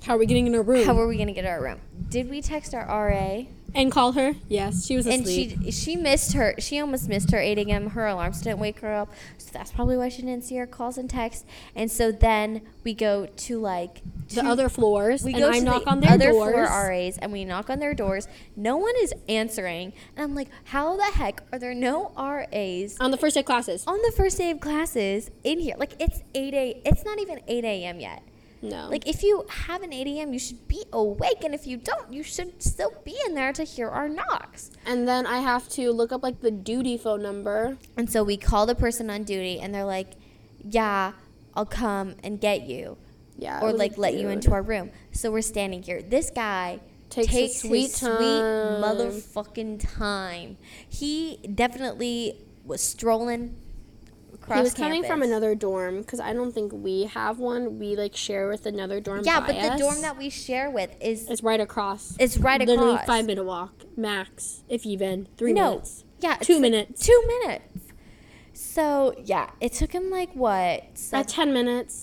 Speaker 2: How are we getting in her room?
Speaker 1: how are we gonna get our room? Did we text our RA?
Speaker 2: and call her? Yes, she was
Speaker 1: And
Speaker 2: asleep.
Speaker 1: she she missed her. She almost missed her 8 a.m. Her alarms didn't wake her up, so that's probably why she didn't see her calls and texts. And so then we go to like
Speaker 2: the
Speaker 1: two-
Speaker 2: other floors,
Speaker 1: We
Speaker 2: and
Speaker 1: go
Speaker 2: I
Speaker 1: to
Speaker 2: knock
Speaker 1: the
Speaker 2: on their
Speaker 1: other
Speaker 2: doors.
Speaker 1: floor RAs and we knock on their doors. No one is answering, and I'm like, how the heck are there no RAs
Speaker 2: on the first day of classes.
Speaker 1: on the first day of classes in here? Like it's 8 a. It's not even 8 a.m. yet.
Speaker 2: No.
Speaker 1: Like if you have an 8 a.m., you should be awake, and if you don't, you should still be in there to hear our knocks.
Speaker 2: and then I have to look up like the duty phone number.
Speaker 1: And so we call the person on duty, and they're like, "Yeah, I'll come and get you,
Speaker 2: Yeah. it
Speaker 1: or
Speaker 2: was,
Speaker 1: like let you
Speaker 2: rude.
Speaker 1: into our room." So we're standing here. This guy
Speaker 2: Takes
Speaker 1: takes,
Speaker 2: his sweet
Speaker 1: his sweet
Speaker 2: time.
Speaker 1: motherfucking time. He definitely was strolling across.
Speaker 2: He was coming
Speaker 1: campus.
Speaker 2: from another dorm because I don't think we have one. We like share with another dorm.
Speaker 1: Yeah,
Speaker 2: by
Speaker 1: but the
Speaker 2: us.
Speaker 1: dorm that we share with is
Speaker 2: it's right across.
Speaker 1: is right across.
Speaker 2: literally five minute walk max, if even three
Speaker 1: no.
Speaker 2: minutes.
Speaker 1: Yeah, it's
Speaker 2: Two
Speaker 1: like
Speaker 2: minutes.
Speaker 1: Two minutes. So yeah, it took him like what
Speaker 2: At
Speaker 1: seven-
Speaker 2: Uh, ten minutes,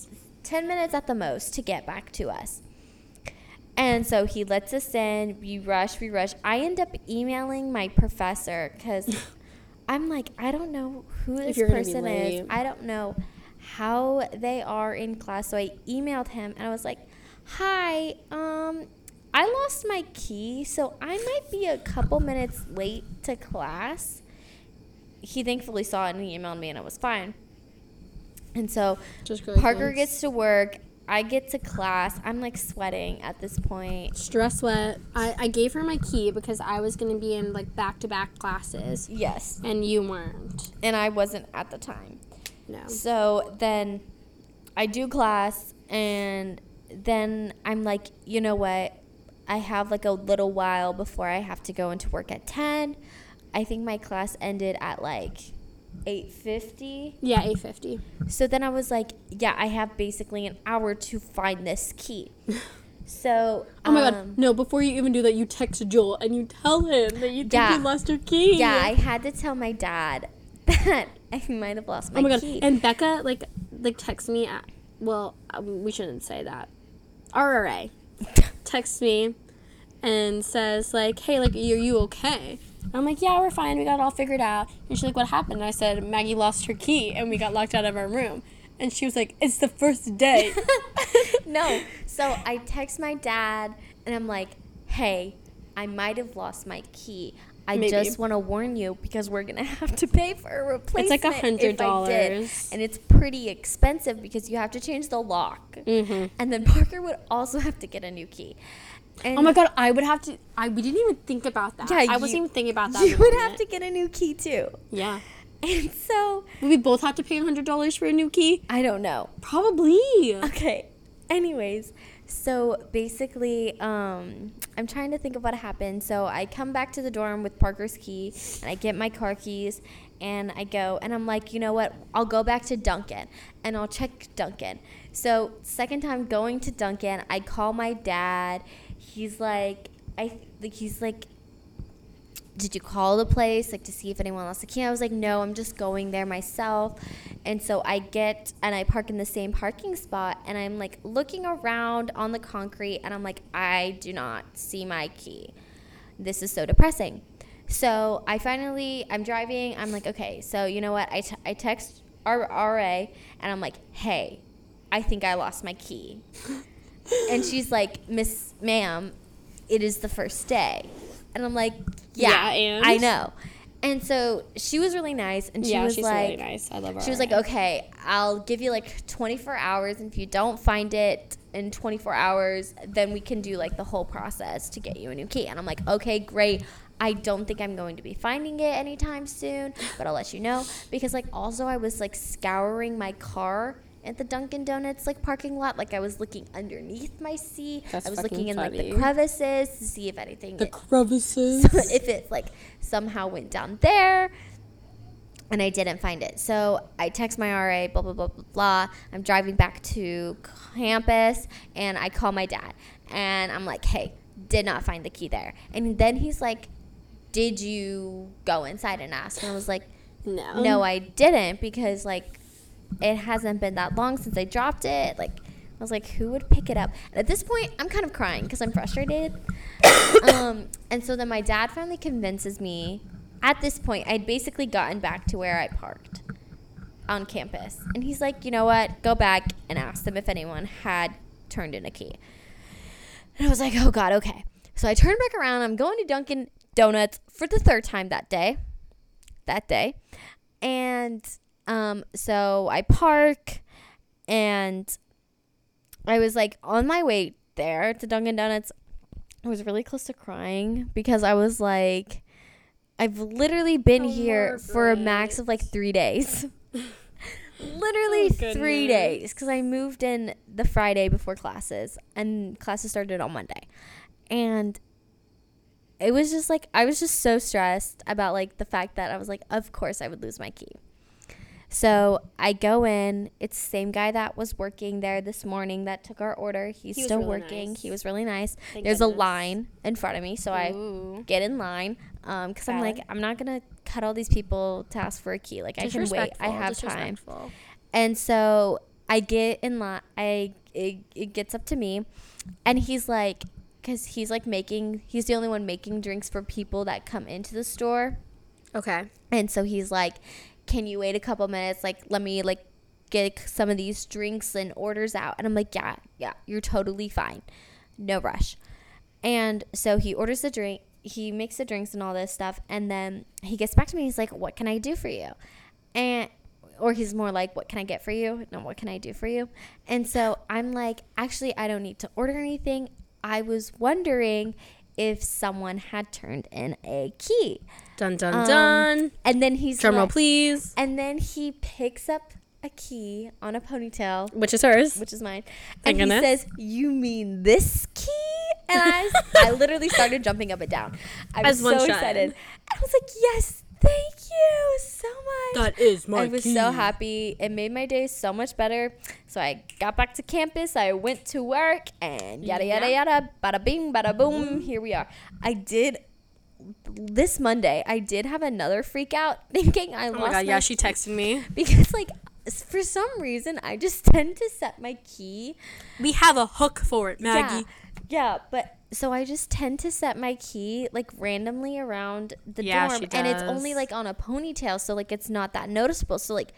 Speaker 1: ten minutes at the most to get back to us. And so he lets us in. We rush, we rush. I end up emailing my professor
Speaker 2: [laughs]
Speaker 1: because I'm like, I don't know who this
Speaker 2: you're gonna be
Speaker 1: person
Speaker 2: late.
Speaker 1: is. I don't know how they are in class. So I emailed him and I was like, "Hi, um, I lost my key, so I might be a couple minutes late to class." He thankfully saw it and he emailed me, and I was fine. And so
Speaker 2: just go. like,
Speaker 1: Parker
Speaker 2: once.
Speaker 1: gets to work. I get to class. I'm like sweating at this point.
Speaker 2: stress sweat. I, I gave her my key because I was gonna be in like back to back classes,
Speaker 1: Yes.
Speaker 2: and you weren't.
Speaker 1: And I wasn't at the time.
Speaker 2: No.
Speaker 1: So then I do class and then I'm like, you know what? I have like a little while before I have to go into work at 10. I think my class ended at like 8:50.
Speaker 2: Yeah, eight fifty.
Speaker 1: So then I was like, yeah, I have basically an hour to find this
Speaker 2: [laughs]
Speaker 1: key. So
Speaker 2: Oh my
Speaker 1: um,
Speaker 2: god! No, before you even do that, you text Joel and you tell him that you think
Speaker 1: Yeah.
Speaker 2: you lost your key.
Speaker 1: Yeah, I had to tell my dad [laughs] that I might have lost my,
Speaker 2: oh my god!
Speaker 1: key.
Speaker 2: And Becca like like texts me. At, well, um, we shouldn't say that. RRA texts me and says like, "Hey, like, are you okay?" I'm like, "Yeah, we're fine. We got it all figured out." And she's like, "What happened?" And I said, "Maggie lost her key and we got locked out of our room." And she was like, "It's the first day."
Speaker 1: [laughs] [laughs] no, so I text my dad and I'm like, hey, I might have lost my key. I
Speaker 2: Maybe.
Speaker 1: just want to warn you because we're gonna [laughs] have to pay for a replacement.
Speaker 2: like
Speaker 1: if I did.
Speaker 2: $100.
Speaker 1: and it's pretty expensive because you have to change the lock,
Speaker 2: Mhm.
Speaker 1: and then [laughs] Parker would also have to get a new key. And
Speaker 2: Oh my god! I would have to. I we didn't even think about that.
Speaker 1: Yeah,
Speaker 2: I wasn't
Speaker 1: you-
Speaker 2: even thinking about
Speaker 1: [laughs]
Speaker 2: that.
Speaker 1: you would have
Speaker 2: moment.
Speaker 1: to get a new key too. [laughs]
Speaker 2: Yeah.
Speaker 1: And so
Speaker 2: Would we both have to pay hundred dollars for a new key?
Speaker 1: I don't know.
Speaker 2: Probably.
Speaker 1: Okay. Anyways, so basically, um, I'm trying to think of what happened. So I come back to the dorm with Parker's key, and I get my car keys, and I go, and I'm like, you know what? I'll go back to Duncan, and I'll check Duncan. So second time going to Duncan, I call my dad. He's like, I like he's like, did you call the place like to see if anyone lost a key? I was like, no, I'm just going there myself. And so I get and I park in the same parking spot and I'm like looking around on the concrete and I'm like, I do not see my key. This is so depressing. So I finally, I'm driving. I'm like, okay, so you know what? I, t- I text
Speaker 3: [laughs]
Speaker 1: our RA and I'm like, hey, I think I lost my key. and she's like, Miss Ma'am, it is the first day. And I'm like, Yeah,
Speaker 3: Yeah, and?"
Speaker 1: I know. And so she was really nice and [laughs] she
Speaker 3: yeah,
Speaker 1: was
Speaker 3: she's
Speaker 1: like
Speaker 3: really nice. I love her.
Speaker 1: she was like, okay, I'll give you like 24 hours. And if you don't find it in 24 hours, then we can do like the whole process to get you a new key. And I'm like, okay, great. I don't think I'm going to be finding it anytime soon, but I'll let you know. Because like also, I was like scouring my car at the Dunkin' Donuts like parking lot. Like I was looking underneath my seat.
Speaker 3: That's
Speaker 1: I was
Speaker 3: fucking
Speaker 1: looking in like
Speaker 3: funny.
Speaker 1: the crevices to see if anything
Speaker 3: the
Speaker 1: so
Speaker 3: crevices.
Speaker 1: if it like somehow went down there and I didn't find it. So I text my RA, blah, blah, blah, blah, blah. I'm driving back to campus and I call my dad and I'm like, hey, did not find the key there. And then he's like, did you go inside and ask? And I was like, [laughs]
Speaker 3: no.
Speaker 1: no, I didn't because like it hasn't been that long since I dropped it. Like I was like, who would pick it up? And at this point, I'm kind of crying because I'm frustrated. [coughs] um, and so then my dad finally convinces me. At this point, I'd basically gotten back to where I parked on campus, and he's like, you know what? Go back and ask them if anyone had turned in a key. And I was like, oh god, okay. So I turned back around. I'm going to Dunkin' Donuts for the third time that day that day. And um, so I park and I was like on my way there to Dunkin' Donuts. I was really close to crying because I was like, I've literally been
Speaker 3: Oh,
Speaker 1: here for a max
Speaker 3: Margaret.
Speaker 1: of like three days. [laughs] literally
Speaker 3: Oh,
Speaker 1: three
Speaker 3: goodness.
Speaker 1: days because I moved in the Friday before classes and classes started on Monday. And it was just like I was just so stressed about like the fact that I was like, of course I would lose my key. So I go in. It's the same guy that was working there this morning that took our order. He's
Speaker 3: He was
Speaker 1: still
Speaker 3: really
Speaker 1: working.
Speaker 3: nice.
Speaker 1: He was really nice.
Speaker 3: Thank
Speaker 1: There's a
Speaker 3: goodness.
Speaker 1: line in front of me, so I
Speaker 3: Ooh.
Speaker 1: get in line because I'm like,
Speaker 3: Valid.
Speaker 1: I'm not gonna cut all these people to ask for a key. Like I can wait. I
Speaker 3: Disrespectful,
Speaker 1: have time.
Speaker 3: disrespectful.
Speaker 1: And so I get in line. I it, it gets up to me, and he's like, because he's like making. He's the only one making drinks for people that come into the store.
Speaker 2: Okay.
Speaker 1: And so he's like, "Can you wait a couple minutes? Like, let me like get some of these drinks and orders out." And I'm like, "Yeah, yeah, you're totally fine. No rush." And so he orders the drink, he makes the drinks and all this stuff, and then he gets back to me. He's like, "What can I do for you?" And or he's more like, "What can I get for you?" No, "What can I do for you?" And so I'm like, "Actually, I don't need to order anything. I was wondering if someone had turned in a key."
Speaker 2: Dun dun
Speaker 1: Um,
Speaker 2: dun.
Speaker 1: And then he's
Speaker 2: Drum roll,
Speaker 1: like-
Speaker 2: please.
Speaker 1: and then he picks up a key on a ponytail,
Speaker 2: Which is hers.
Speaker 1: which is mine,
Speaker 2: Thank
Speaker 1: and he
Speaker 2: goodness.
Speaker 1: says, "You mean this key?" And
Speaker 2: [laughs]
Speaker 1: I, I literally started jumping up and down. I was
Speaker 2: As one
Speaker 1: so
Speaker 2: should.
Speaker 1: excited. I was like, "Yes, thank you so much."
Speaker 2: is
Speaker 1: I was so happy. It made my day so much better. So I got back to campus. I went to work, and yada yada yada, bada bing,
Speaker 2: Mm-hmm.
Speaker 1: bada boom. Here we are. I did this Monday. I did have another freak out, [laughs] thinking I
Speaker 2: Oh
Speaker 1: lost
Speaker 2: my god, yeah,
Speaker 1: my
Speaker 2: she texted me.
Speaker 1: because like s- for some reason I just [laughs] tend to set my key.
Speaker 2: We have a hook for it, Maggie.
Speaker 1: Yeah, yeah, but so I just tend to set my key like randomly around the
Speaker 2: Yeah,
Speaker 1: dorm,
Speaker 2: she
Speaker 1: and it's only
Speaker 2: does.
Speaker 1: like on a ponytail, so like it's not that noticeable. So like.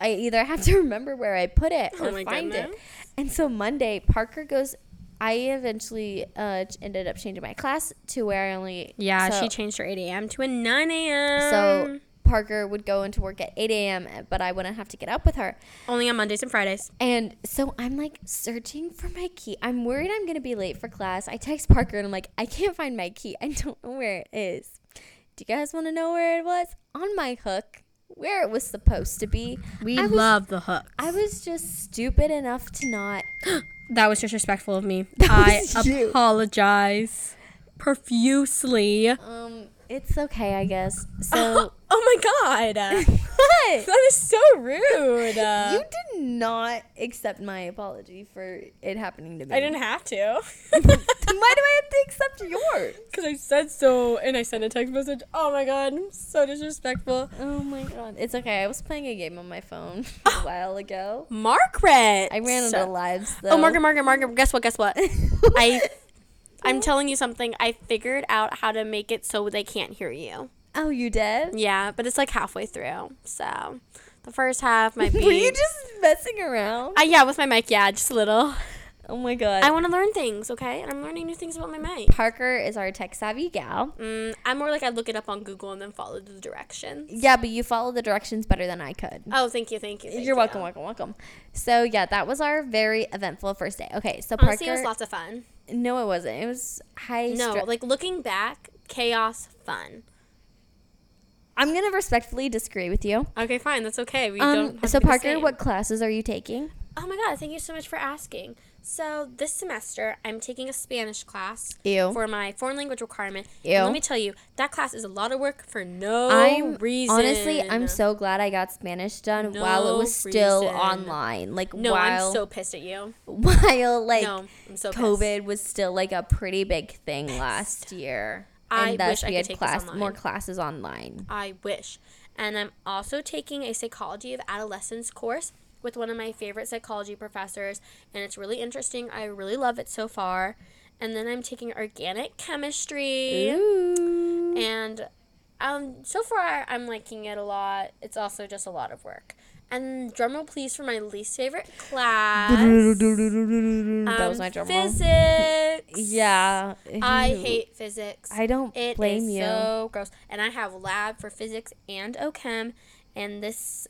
Speaker 1: I either have to [laughs] remember where I put it
Speaker 2: Oh
Speaker 1: or
Speaker 2: my
Speaker 1: find it.
Speaker 2: goodness.
Speaker 1: And so Monday, Parker goes. I eventually uh, ch- ended up changing my class to where I only
Speaker 2: Yeah,
Speaker 1: so-
Speaker 2: she changed her 8 a.m. to a 9 a.m.
Speaker 1: so Parker would go into work at 8 a.m. but I wouldn't have to get up with her.
Speaker 2: only on Mondays and Fridays.
Speaker 1: And so I'm like searching for my key. I'm worried I'm going to be late for class. I text Parker and I'm like, I can't find my key. I don't know where it is. Do you guys want to know where it was? On my hook, where it was supposed to be.
Speaker 2: We
Speaker 1: I was-
Speaker 2: love the hook.
Speaker 1: I was just stupid enough to not.
Speaker 2: That was disrespectful
Speaker 1: [laughs]
Speaker 2: of me. I
Speaker 1: was you.
Speaker 2: apologize profusely.
Speaker 1: Um, it's okay, I guess.
Speaker 2: [laughs]
Speaker 1: So,
Speaker 2: [gasps] oh
Speaker 1: [laughs]
Speaker 2: my god.
Speaker 1: what?
Speaker 2: That is so rude.
Speaker 1: You did not accept my apology for it happening to me.
Speaker 2: I didn't
Speaker 1: [laughs]
Speaker 2: have to.
Speaker 1: Why
Speaker 2: [laughs]
Speaker 1: do I have to accept yours?
Speaker 2: Because I said so and I sent a text message. Oh my god, I'm so disrespectful.
Speaker 1: Oh my god. It's okay. I was playing a game on my phone [laughs] a while ago.
Speaker 2: Margaret.
Speaker 1: I ran into lives though. [laughs]
Speaker 2: Oh, Margaret, Margaret, Margaret. Guess what? Guess what? [laughs] I. I'm telling you something. I figured out how to make it so they can't hear you.
Speaker 1: Oh, you did?
Speaker 2: Yeah, but it's like halfway through. So
Speaker 1: [laughs]
Speaker 2: the first half might be.
Speaker 1: Were you just messing around?
Speaker 2: Uh, yeah, with my mic. Yeah, just a little.
Speaker 1: Oh my god.
Speaker 2: I want to learn things, okay? And I'm learning new things about my mate.
Speaker 1: Parker is our tech savvy gal.
Speaker 2: Mm, I'm more like I look it up on Google and then follow the directions.
Speaker 1: Yeah, but you follow the directions better than I could.
Speaker 2: Oh, thank you, thank you. thank
Speaker 1: You're welcome,
Speaker 2: you.
Speaker 1: welcome, welcome. So yeah, that was our very eventful first day. Okay, so Parker.
Speaker 2: Honestly, it was lots of fun.
Speaker 1: no, it wasn't. It was high.
Speaker 2: No,
Speaker 1: stre-
Speaker 2: like looking back, chaos, fun.
Speaker 1: I'm gonna respectfully disagree with you.
Speaker 2: Okay, fine, that's okay. We
Speaker 1: Um.
Speaker 2: don't. Have
Speaker 1: So
Speaker 2: to be the
Speaker 1: Parker,
Speaker 2: same.
Speaker 1: what classes are you taking?
Speaker 2: Oh my god, thank you so much for asking. So this semester, I'm taking a Spanish class
Speaker 1: Ew.
Speaker 2: for my foreign language requirement. And
Speaker 1: Ew.
Speaker 2: let me tell you, that class is a lot of work for no
Speaker 1: I'm
Speaker 2: reason.
Speaker 1: honestly, I'm so glad I got Spanish done while it
Speaker 2: No
Speaker 1: was still
Speaker 2: reason.
Speaker 1: online. Like
Speaker 2: no.
Speaker 1: while
Speaker 2: I'm so pissed at you.
Speaker 1: [laughs] while like
Speaker 2: no, I'm so
Speaker 1: COVID
Speaker 2: Pissed.
Speaker 1: was still like a pretty big thing last year.
Speaker 2: I
Speaker 1: and thus
Speaker 2: wish I
Speaker 1: we
Speaker 2: could
Speaker 1: had
Speaker 2: take this
Speaker 1: class
Speaker 2: online.
Speaker 1: more classes online.
Speaker 2: I wish. And I'm also taking a psychology of adolescence course with one of my favorite psychology professors, and it's really interesting. I really love it so far. And then I'm taking organic chemistry.
Speaker 1: Ooh.
Speaker 2: and um, so far I'm liking it a lot. It's also just a lot of work. And drum roll, please, for my least favorite class.
Speaker 1: that was
Speaker 2: um,
Speaker 1: my drum roll.
Speaker 2: Physics.
Speaker 1: [laughs] Yeah.
Speaker 2: I
Speaker 1: Ew.
Speaker 2: hate physics.
Speaker 1: I don't
Speaker 2: It
Speaker 1: blame
Speaker 2: is
Speaker 1: you.
Speaker 2: so gross. And I have lab for physics and OChem. And this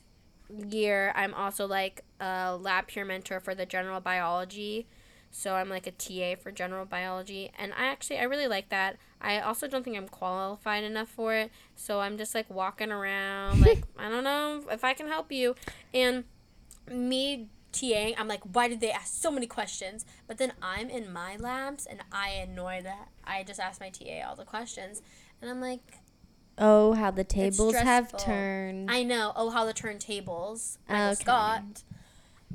Speaker 2: year, I'm also like a lab peer mentor for the general biology. So I'm like a TA for general biology. And I actually, I really like that. I also don't think I'm qualified enough for it. So I'm just like walking around,
Speaker 1: [laughs]
Speaker 2: like, I don't know if I can help you. And me TAing, I'm like, why did they ask so many questions? But then I'm in my labs and I annoy that. I just ask my TA all the questions. And I'm like,
Speaker 1: oh, how the tables have
Speaker 2: stressful.
Speaker 1: turned.
Speaker 2: I know. Oh, how the turntables. Michael
Speaker 1: Okay.
Speaker 2: Scott.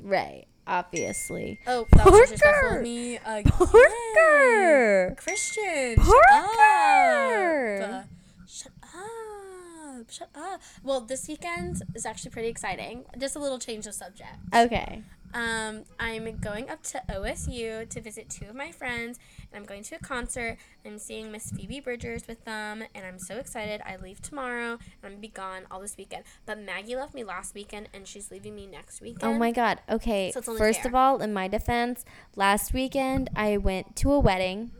Speaker 1: right.
Speaker 2: [laughs]
Speaker 1: Obviously.
Speaker 2: Oh, that was disrespectful
Speaker 1: Parker!
Speaker 2: of me. Uh,
Speaker 1: Parker.
Speaker 2: Christian.
Speaker 1: Parker!
Speaker 2: Shut up. Shut up. Shut up. Well, this weekend is actually pretty exciting. Just a little change of subject.
Speaker 1: Okay.
Speaker 2: Um, I'm going up to OSU to visit two of my friends, and I'm going to a concert. I'm seeing Miss Phoebe Bridgers with them, and I'm so excited. I leave tomorrow, and I'm gonna be gone all this weekend. But Maggie left me last weekend, and she's leaving me next weekend.
Speaker 1: Oh my god. Okay.
Speaker 2: So it's only
Speaker 1: First
Speaker 2: fair.
Speaker 1: of all, in my defense, last weekend I went to a wedding.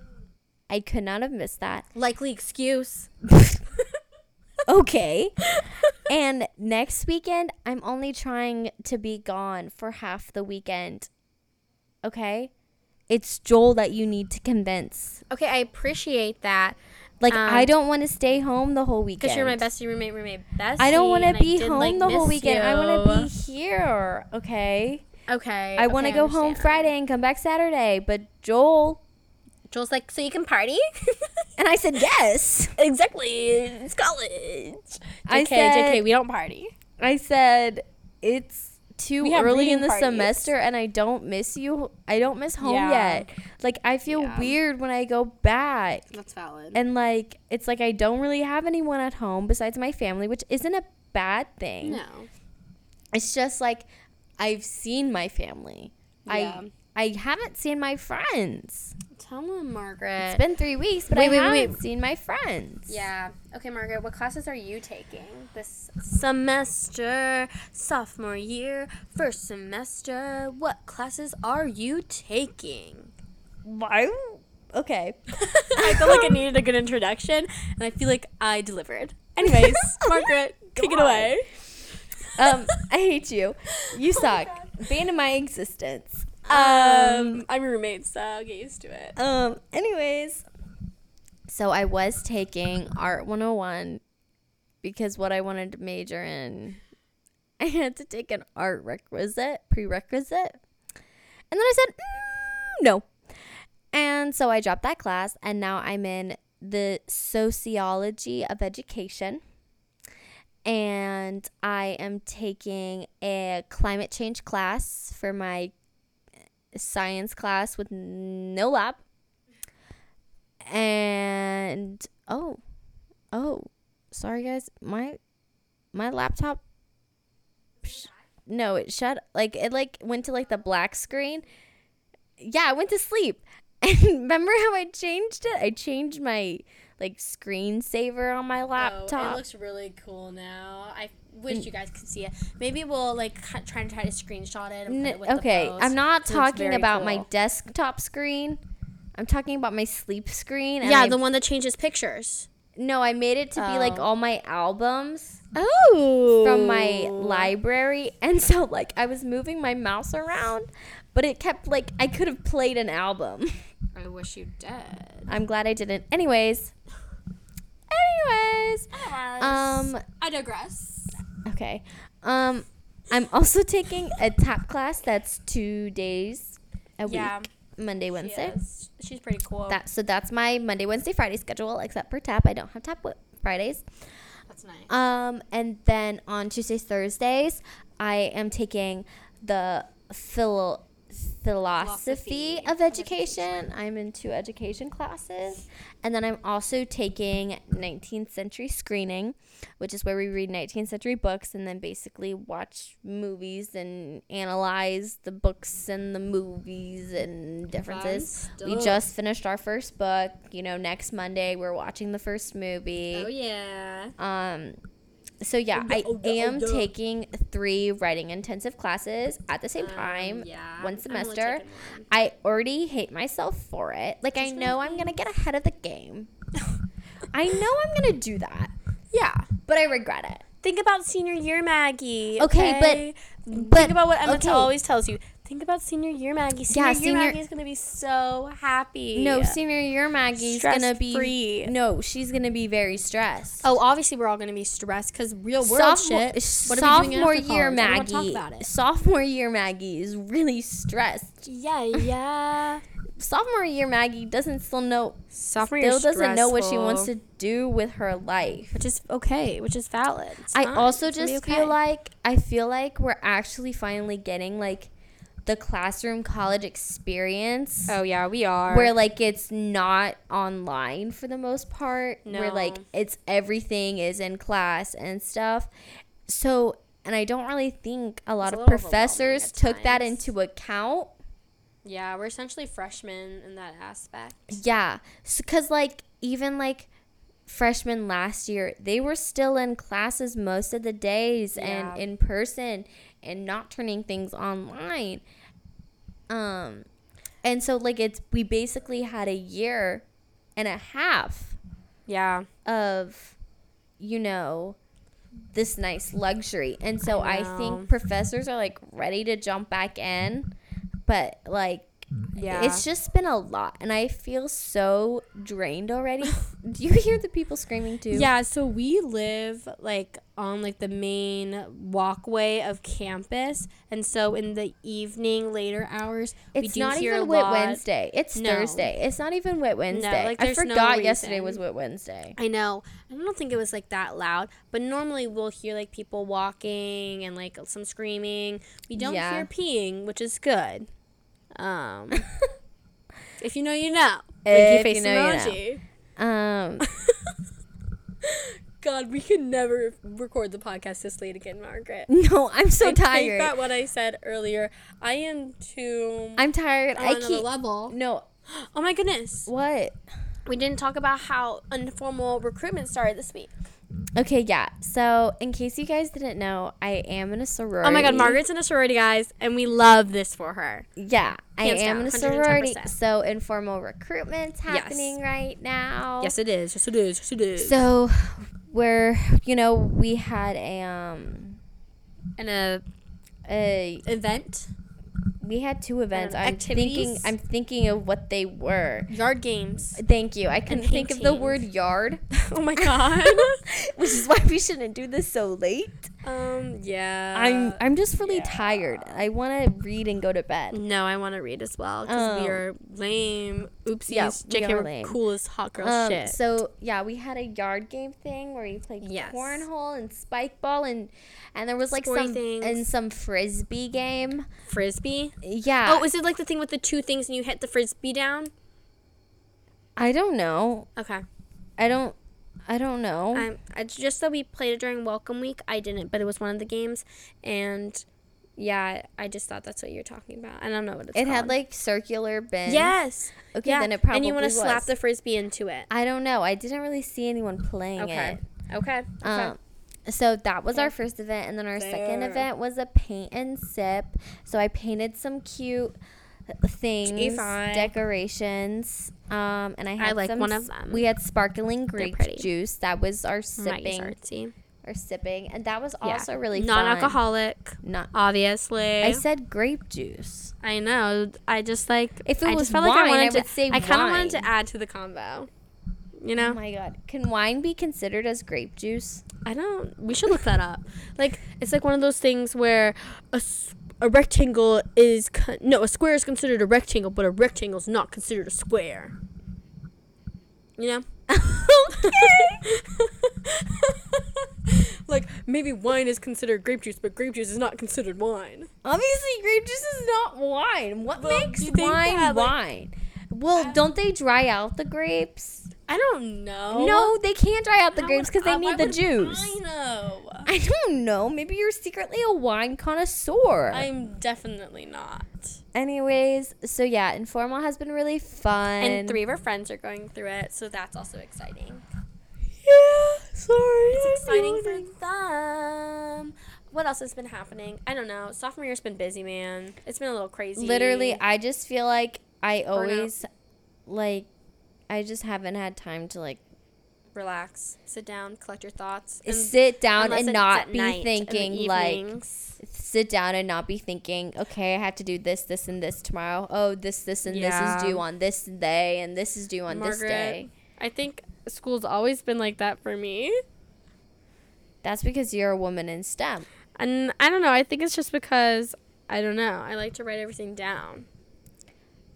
Speaker 1: I could not have missed
Speaker 2: [laughs]
Speaker 1: that.
Speaker 2: Likely [laughs] excuse.
Speaker 1: okay. and next weekend, I'm only trying to be gone for half the weekend. Okay? It's Joel that you need to convince.
Speaker 2: Okay, I appreciate that
Speaker 1: Like,
Speaker 2: Um,
Speaker 1: I don't want to stay home the whole weekend.
Speaker 2: because you're my bestie roommate, roommate bestie.
Speaker 1: I don't want
Speaker 2: and
Speaker 1: to
Speaker 2: I
Speaker 1: be
Speaker 2: did,
Speaker 1: home
Speaker 2: like,
Speaker 1: the whole
Speaker 2: miss
Speaker 1: weekend. I want to
Speaker 2: you.
Speaker 1: be here. Okay?
Speaker 2: Okay.
Speaker 1: I want to
Speaker 2: okay,
Speaker 1: go home
Speaker 2: understand.
Speaker 1: Friday and come back Saturday. But Joel.
Speaker 2: Joel's like, so you can party? [laughs]
Speaker 1: And I said, yes.
Speaker 2: exactly. It's college.
Speaker 1: I
Speaker 2: JK,
Speaker 1: said-
Speaker 2: JK, we don't party.
Speaker 1: I said it's too
Speaker 2: We have
Speaker 1: early in
Speaker 2: reading
Speaker 1: the
Speaker 2: parties.
Speaker 1: semester and I don't miss you. I don't miss home
Speaker 2: Yeah.
Speaker 1: yet. Like I feel
Speaker 2: Yeah.
Speaker 1: weird when I go back.
Speaker 2: That's valid.
Speaker 1: And like it's like I don't really have anyone at home besides my family, which isn't a bad thing.
Speaker 2: no.
Speaker 1: It's just like I've seen my family.
Speaker 2: Yeah.
Speaker 1: I I haven't seen my friends.
Speaker 2: Tell him,
Speaker 1: It's
Speaker 2: Margaret.
Speaker 1: been three weeks, but
Speaker 2: Uh, Wait,
Speaker 1: I
Speaker 2: wait, wait,
Speaker 1: haven't
Speaker 2: wait.
Speaker 1: seen my friends.
Speaker 2: yeah. Okay, Margaret, what classes are you taking this semester? Sophomore year, first semester. What classes are you taking? [laughs]
Speaker 1: Why? Okay.
Speaker 2: I feel like I needed a good introduction, and I feel like I delivered. [laughs] Anyways,
Speaker 1: [laughs]
Speaker 2: Margaret, take it
Speaker 1: God.
Speaker 2: away.
Speaker 1: Um, I hate you. You
Speaker 2: Oh my
Speaker 1: suck. Bane of my existence.
Speaker 2: Um, I'm your roommate, so I'll get used to it.
Speaker 1: Um, anyways, so I was taking Art 101 because what I wanted to major in, I had to take an art requisite, prerequisite. And then I said, mm, no. And so I dropped that class, and now I'm in the sociology of education. And I am taking a climate change class for my science class with no lab. And oh, oh, sorry guys, my my laptop. Sh- no, it shut like it like went to like the black screen. Yeah, it went to sleep. [laughs] And remember how I changed it? I changed
Speaker 2: Oh,
Speaker 1: my like screensaver on my laptop.
Speaker 2: looks really cool now. I wish you guys could see it. Maybe we'll like ki- try and try to screenshot it. And put it
Speaker 1: N-
Speaker 2: with the
Speaker 1: okay,
Speaker 2: post.
Speaker 1: I'm not
Speaker 2: It's
Speaker 1: talking
Speaker 2: very
Speaker 1: about my
Speaker 2: cool.
Speaker 1: desktop screen. I'm talking about my sleep screen. And
Speaker 2: yeah,
Speaker 1: I-
Speaker 2: the one that changes pictures.
Speaker 1: no, I made it to be like
Speaker 2: Oh.
Speaker 1: all my albums
Speaker 2: Oh,
Speaker 1: from my library, and so like I was moving my mouse around, but it kept like I could have played an album. [laughs]
Speaker 2: I wish you dead.
Speaker 1: I'm glad I didn't. Anyways, anyways, um,
Speaker 2: I digress.
Speaker 1: okay, um, I'm also taking a tap class that's two days a
Speaker 2: Yeah,
Speaker 1: week, Monday, Wednesday.
Speaker 2: Yes. She's pretty cool.
Speaker 1: That so that's my Monday, Wednesday, Friday schedule. Except for tap, I don't have tap wi- Fridays.
Speaker 2: That's nice.
Speaker 1: Um, and then on Tuesdays, Thursdays, I am taking the phil- philosophy,
Speaker 2: Philosophy
Speaker 1: of education. I'm in two education classes, and then I'm also taking 19th century screening, which is where we read 19th century books and then basically watch movies and analyze the books and the movies and differences. We
Speaker 2: stuff.
Speaker 1: just finished our first book. You know, next Monday we're watching the first movie.
Speaker 2: Oh yeah.
Speaker 1: Um, so yeah, I
Speaker 2: oh, yeah, oh,
Speaker 1: am
Speaker 2: yeah.
Speaker 1: taking three writing intensive classes at the same time.
Speaker 2: Um, yeah.
Speaker 1: one
Speaker 2: I'm only
Speaker 1: semester.
Speaker 2: taking one.
Speaker 1: I already hate myself for it. Like I
Speaker 2: Just
Speaker 1: know
Speaker 2: really-
Speaker 1: I'm gonna get ahead of the
Speaker 2: [laughs]
Speaker 1: game. I know I'm gonna do that,
Speaker 2: Yeah.
Speaker 1: but I regret it.
Speaker 2: Think about senior year, Maggie.
Speaker 1: Okay, but-
Speaker 2: but
Speaker 1: but-
Speaker 2: think about what Emma
Speaker 1: okay.
Speaker 2: always tells you. Think about senior year, Maggie. Senior
Speaker 1: Yeah,
Speaker 2: year,
Speaker 1: senior-
Speaker 2: Maggie is gonna be so happy.
Speaker 1: No, senior year Maggie's gonna be
Speaker 2: Stress-free.
Speaker 1: no, she's gonna be very stressed.
Speaker 2: Oh, obviously we're all gonna be stressed because real world
Speaker 1: Sophomore,
Speaker 2: shit. What are we
Speaker 1: sophomore
Speaker 2: doing after
Speaker 1: year
Speaker 2: college? I don't wanna
Speaker 1: Maggie.
Speaker 2: Talk about it.
Speaker 1: Sophomore year Maggie is really stressed.
Speaker 2: Yeah, yeah.
Speaker 1: Sophomore year Maggie doesn't still know
Speaker 2: [laughs] Sophomore
Speaker 1: still doesn't know what she wants to do with her life.
Speaker 2: which is okay, which is valid. It's
Speaker 1: I
Speaker 2: fine.
Speaker 1: also
Speaker 2: It's gonna be
Speaker 1: just
Speaker 2: okay.
Speaker 1: feel like I feel like we're actually finally getting like the classroom college experience
Speaker 2: oh yeah, we are.
Speaker 1: where like it's not online for the most part. Where like
Speaker 2: No.
Speaker 1: it's everything is in class and stuff. So and I don't really think a lot
Speaker 2: It's a
Speaker 1: of
Speaker 2: little overwhelming
Speaker 1: professors
Speaker 2: at
Speaker 1: took that
Speaker 2: times.
Speaker 1: into account.
Speaker 2: yeah, we're essentially freshmen in that aspect.
Speaker 1: Yeah, because like even like freshmen last year, they were still in classes most of the days
Speaker 2: Yeah.
Speaker 1: and in person and not turning things online. Um, and so like it's we basically had a year and a half
Speaker 2: Yeah.
Speaker 1: of, you know, this nice luxury, and so I,
Speaker 2: know.
Speaker 1: think professors are like ready to jump back in, but like
Speaker 2: Yeah.
Speaker 1: it's just been a lot, and I feel so drained [laughs] already. Do you hear the people screaming too?
Speaker 2: Yeah, so we live like on like the main walkway of campus, and so in the evening, later hours, we
Speaker 1: it's
Speaker 2: do
Speaker 1: not
Speaker 2: hear
Speaker 1: even
Speaker 2: a
Speaker 1: Whit
Speaker 2: lot.
Speaker 1: Wednesday. It's
Speaker 2: No.
Speaker 1: Thursday. It's not even Whit Wednesday.
Speaker 2: like,
Speaker 1: I
Speaker 2: there's no
Speaker 1: forgot yesterday was
Speaker 2: reason.
Speaker 1: Whit
Speaker 2: [laughs]
Speaker 1: Wednesday.
Speaker 2: I know. I don't think it was like that loud, but normally we'll hear like people walking and like some screaming. We don't
Speaker 1: Yeah.
Speaker 2: hear peeing, which is good.
Speaker 1: [laughs]
Speaker 2: Um, if you know, you know.
Speaker 1: If
Speaker 2: Winky
Speaker 1: you
Speaker 2: face
Speaker 1: know, you know.
Speaker 2: emoji.
Speaker 1: Um, [laughs]
Speaker 2: God, we can never record the podcast this late again, Margaret.
Speaker 1: no, I'm so
Speaker 2: I Take
Speaker 1: tired.
Speaker 2: back what I said earlier. I am too.
Speaker 1: I'm tired.
Speaker 2: on
Speaker 1: I
Speaker 2: another
Speaker 1: keep
Speaker 2: level.
Speaker 1: no.
Speaker 2: Oh my goodness.
Speaker 1: What?
Speaker 2: We didn't talk about how informal recruitment started this week.
Speaker 1: Okay, yeah. So, in case you guys didn't know, I am in a sorority.
Speaker 2: Oh my god, Margaret's in a sorority, guys, and we love this for her.
Speaker 1: Yeah, I
Speaker 2: Hands
Speaker 1: am
Speaker 2: down,
Speaker 1: in a sorority.
Speaker 2: 110%.
Speaker 1: So, informal recruitment's happening right now.
Speaker 2: it is. Yes, it is. Yes, it is.
Speaker 1: So we're you know, we had a um
Speaker 2: and a
Speaker 1: a
Speaker 2: uh, event,
Speaker 1: we had two events. I'm thinking
Speaker 2: activities?
Speaker 1: I'm thinking of what they were.
Speaker 2: yard games.
Speaker 1: Thank you. I couldn't think of the
Speaker 2: painting.
Speaker 1: word yard,
Speaker 2: [laughs] oh my god.
Speaker 1: which is why we shouldn't do this so late.
Speaker 2: um. Yeah.
Speaker 1: I'm I'm just really tired. I want to read and go to bed.
Speaker 2: No, I want to read as well because we
Speaker 1: Um,
Speaker 2: are lame. Oopsies.
Speaker 1: yeah, we
Speaker 2: JK,
Speaker 1: are
Speaker 2: we're
Speaker 1: lame.
Speaker 2: cool as hot girl
Speaker 1: Um,
Speaker 2: shit.
Speaker 1: So yeah, we had a yard game thing where you played
Speaker 2: Yes.
Speaker 1: cornhole and spike ball and and there was like
Speaker 2: Scoring
Speaker 1: some
Speaker 2: things.
Speaker 1: and some frisbee game.
Speaker 2: frisbee.
Speaker 1: Yeah.
Speaker 2: Oh, is it like the thing with the two things and you hit the frisbee down?
Speaker 1: I don't know.
Speaker 2: Okay.
Speaker 1: I don't. I don't know.
Speaker 2: Um, it's just that we played it during Welcome Week. I didn't, but it was one of the games, and yeah, I just thought that's what you're talking about. I don't know what it's.
Speaker 1: it had
Speaker 2: called.
Speaker 1: like circular bins.
Speaker 2: yes.
Speaker 1: Okay,
Speaker 2: yeah.
Speaker 1: then it
Speaker 2: and
Speaker 1: probably
Speaker 2: you
Speaker 1: want to
Speaker 2: slap the frisbee into it.
Speaker 1: I don't know. I didn't really see anyone playing
Speaker 2: Okay.
Speaker 1: it.
Speaker 2: Okay. Okay.
Speaker 1: Um, So that was our first event, and then our second
Speaker 2: Fair.
Speaker 1: event was a paint and sip. So I painted some cute things,
Speaker 2: fun.
Speaker 1: decorations, um, and I had
Speaker 2: like
Speaker 1: some
Speaker 2: one of
Speaker 1: s-
Speaker 2: them.
Speaker 1: We had sparkling grape
Speaker 2: pretty.
Speaker 1: juice. That was our
Speaker 2: Might use
Speaker 1: sipping
Speaker 2: artsy.
Speaker 1: or sipping, and that was
Speaker 2: Yeah.
Speaker 1: also really fun.
Speaker 2: non-alcoholic.
Speaker 1: Not.
Speaker 2: Obviously,
Speaker 1: I said grape juice.
Speaker 2: I know. I just like
Speaker 1: If it
Speaker 2: I
Speaker 1: was
Speaker 2: just felt like
Speaker 1: wine,
Speaker 2: I wanted
Speaker 1: I
Speaker 2: to.
Speaker 1: would say
Speaker 2: I kind of wanted
Speaker 1: wine.
Speaker 2: to add to the combo. You
Speaker 1: Oh
Speaker 2: know,
Speaker 1: my god! Can wine be considered as grape juice?
Speaker 2: I don't. We should look that up. Like it's like one of those things where a, s- a rectangle is con- no a square is considered a rectangle, but a rectangle is not considered a square. You know. [laughs] like maybe wine is considered grape juice, but grape juice is not considered wine.
Speaker 1: Obviously, grape juice is not wine. What
Speaker 2: Well,
Speaker 1: makes
Speaker 2: do you think
Speaker 1: wine
Speaker 2: that, like-
Speaker 1: wine? Well, don't they dry out the grapes?
Speaker 2: I don't know.
Speaker 1: No, they can't dry out the
Speaker 2: Oh, How
Speaker 1: grapes
Speaker 2: would-
Speaker 1: because
Speaker 2: uh,
Speaker 1: they
Speaker 2: why
Speaker 1: need the
Speaker 2: would
Speaker 1: juice.
Speaker 2: I know.
Speaker 1: I don't know. Maybe you're secretly a wine connoisseur.
Speaker 2: I'm definitely not.
Speaker 1: Anyways, so yeah, informal has been really fun.
Speaker 2: And, three of our friends are going through it, so that's also exciting.
Speaker 1: Yeah, sorry.
Speaker 2: It's exciting for them. What else has been happening? I don't know. Sophomore year's been busy, man. It's been a little crazy.
Speaker 1: Literally, I just feel like I always, like, I just haven't had time to like
Speaker 2: relax, sit down, collect your thoughts,
Speaker 1: sit down
Speaker 2: unless
Speaker 1: and
Speaker 2: it's
Speaker 1: not
Speaker 2: at
Speaker 1: be
Speaker 2: night, in the
Speaker 1: thinking like
Speaker 2: evenings.
Speaker 1: sit down and not be thinking, okay, I have to do this, this, and this tomorrow. Oh, this, this, and this
Speaker 2: Yeah.
Speaker 1: is due on this day, and this is due on this
Speaker 2: Margaret,
Speaker 1: day.
Speaker 2: I think school's always been like that for me.
Speaker 1: That's because you're a woman in STEM.
Speaker 2: And I don't know. I think it's just because I don't know. I like to write everything down.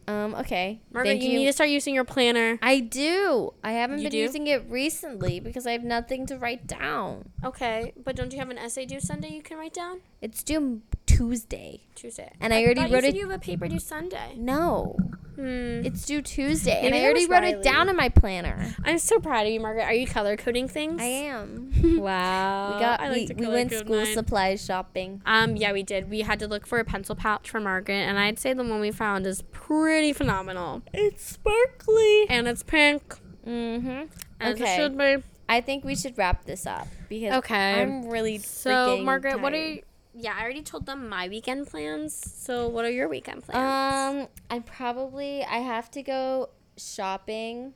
Speaker 1: Um, okay.
Speaker 2: Margaret,
Speaker 1: Thank
Speaker 2: you, need to start using your planner.
Speaker 1: I do. I haven't
Speaker 2: You
Speaker 1: been
Speaker 2: do?
Speaker 1: using it recently because I have nothing to write down.
Speaker 2: Okay, but don't you have an essay due Sunday you can write down?
Speaker 1: It's due m- Tuesday.
Speaker 2: Tuesday.
Speaker 1: And I already wrote
Speaker 2: thought you
Speaker 1: it-
Speaker 2: said You have a paper due Sunday.
Speaker 1: No,
Speaker 2: Hmm.
Speaker 1: it's due Tuesday, and
Speaker 2: Maybe
Speaker 1: I
Speaker 2: that
Speaker 1: already
Speaker 2: was
Speaker 1: wrote
Speaker 2: Riley.
Speaker 1: it down in my
Speaker 2: [laughs]
Speaker 1: planner.
Speaker 2: I'm so proud of you, Margaret. Are you color coding things?
Speaker 1: I
Speaker 2: [laughs]
Speaker 1: am.
Speaker 2: Wow.
Speaker 1: we got.
Speaker 2: Uh, I
Speaker 1: we,
Speaker 2: like to
Speaker 1: we
Speaker 2: color
Speaker 1: went
Speaker 2: code
Speaker 1: school
Speaker 2: mine.
Speaker 1: supplies shopping.
Speaker 2: Um, yeah, we did. We had to look for a pencil pouch for Margaret, and I'd say the one we found is pretty phenomenal.
Speaker 1: It's sparkly.
Speaker 2: And it's pink.
Speaker 1: Mm-hmm.
Speaker 2: As
Speaker 1: Okay.
Speaker 2: It should be.
Speaker 1: I think we should wrap this up because
Speaker 2: Okay.
Speaker 1: I'm really
Speaker 2: So,
Speaker 1: freaking
Speaker 2: Margaret, what are
Speaker 1: tired.
Speaker 2: you? Yeah, I already told them my weekend plans. So, what are your weekend plans?
Speaker 1: Um, I probably I have to go shopping.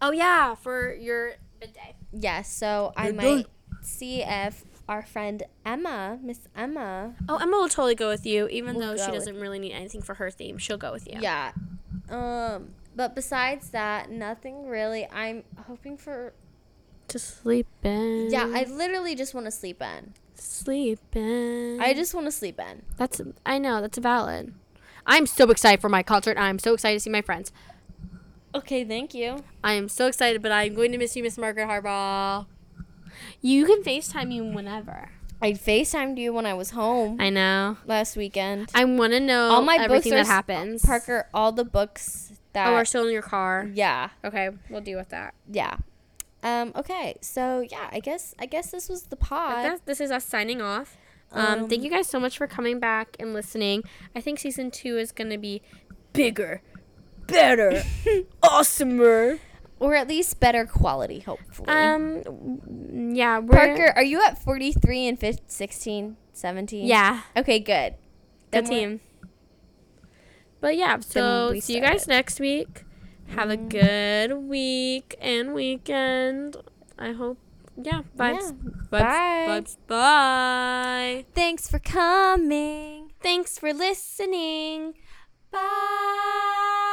Speaker 2: oh yeah, for your bidet.
Speaker 1: Yes, so I
Speaker 2: You're
Speaker 1: might
Speaker 2: done.
Speaker 1: see if our friend Emma, Miss Emma.
Speaker 2: Oh, Emma will totally go with you, even
Speaker 1: We'll
Speaker 2: though she
Speaker 1: go with-
Speaker 2: doesn't really need anything for her theme. She'll go with you.
Speaker 1: Yeah. Um, but besides that, nothing really. I'm hoping for
Speaker 2: To sleep in.
Speaker 1: Yeah, I literally just want to sleep in.
Speaker 2: sleep in.
Speaker 1: I just want to sleep in.
Speaker 2: That's I know that's valid. I'm so excited for my concert. I'm so excited to see my friends.
Speaker 1: Okay, thank you.
Speaker 2: I am so excited, but I'm going to miss you, Miss Margaret Harbaugh. You can FaceTime you whenever.
Speaker 1: I FaceTimed you when I was home
Speaker 2: I know.
Speaker 1: last weekend.
Speaker 2: I want to know
Speaker 1: all my books
Speaker 2: everything
Speaker 1: are
Speaker 2: that
Speaker 1: s-
Speaker 2: happens.
Speaker 1: Parker, all the books that
Speaker 2: Oh, are still in your car.
Speaker 1: yeah,
Speaker 2: Okay, we'll deal with that.
Speaker 1: yeah. Um, okay, so yeah, I guess I guess this was the pod.
Speaker 2: That's, this is us signing off. Um, thank you guys so much for coming back and listening. I think season two is going to be bigger, [laughs] better, awesomer.
Speaker 1: or at least better quality, hopefully.
Speaker 2: Um, w- yeah, we're
Speaker 1: Parker, are you at 43 and 15, 16, 17?
Speaker 2: Yeah,
Speaker 1: Okay, good.
Speaker 2: the
Speaker 1: Then we're-
Speaker 2: team. But yeah, so
Speaker 1: we
Speaker 2: see you
Speaker 1: start Mm-hmm.
Speaker 2: guys next week. Have a good week and weekend. I hope. Yeah, vibes.
Speaker 1: Bye.
Speaker 2: Vibes. Vibes. Bye.
Speaker 1: Thanks for coming.
Speaker 2: Thanks for listening. Bye.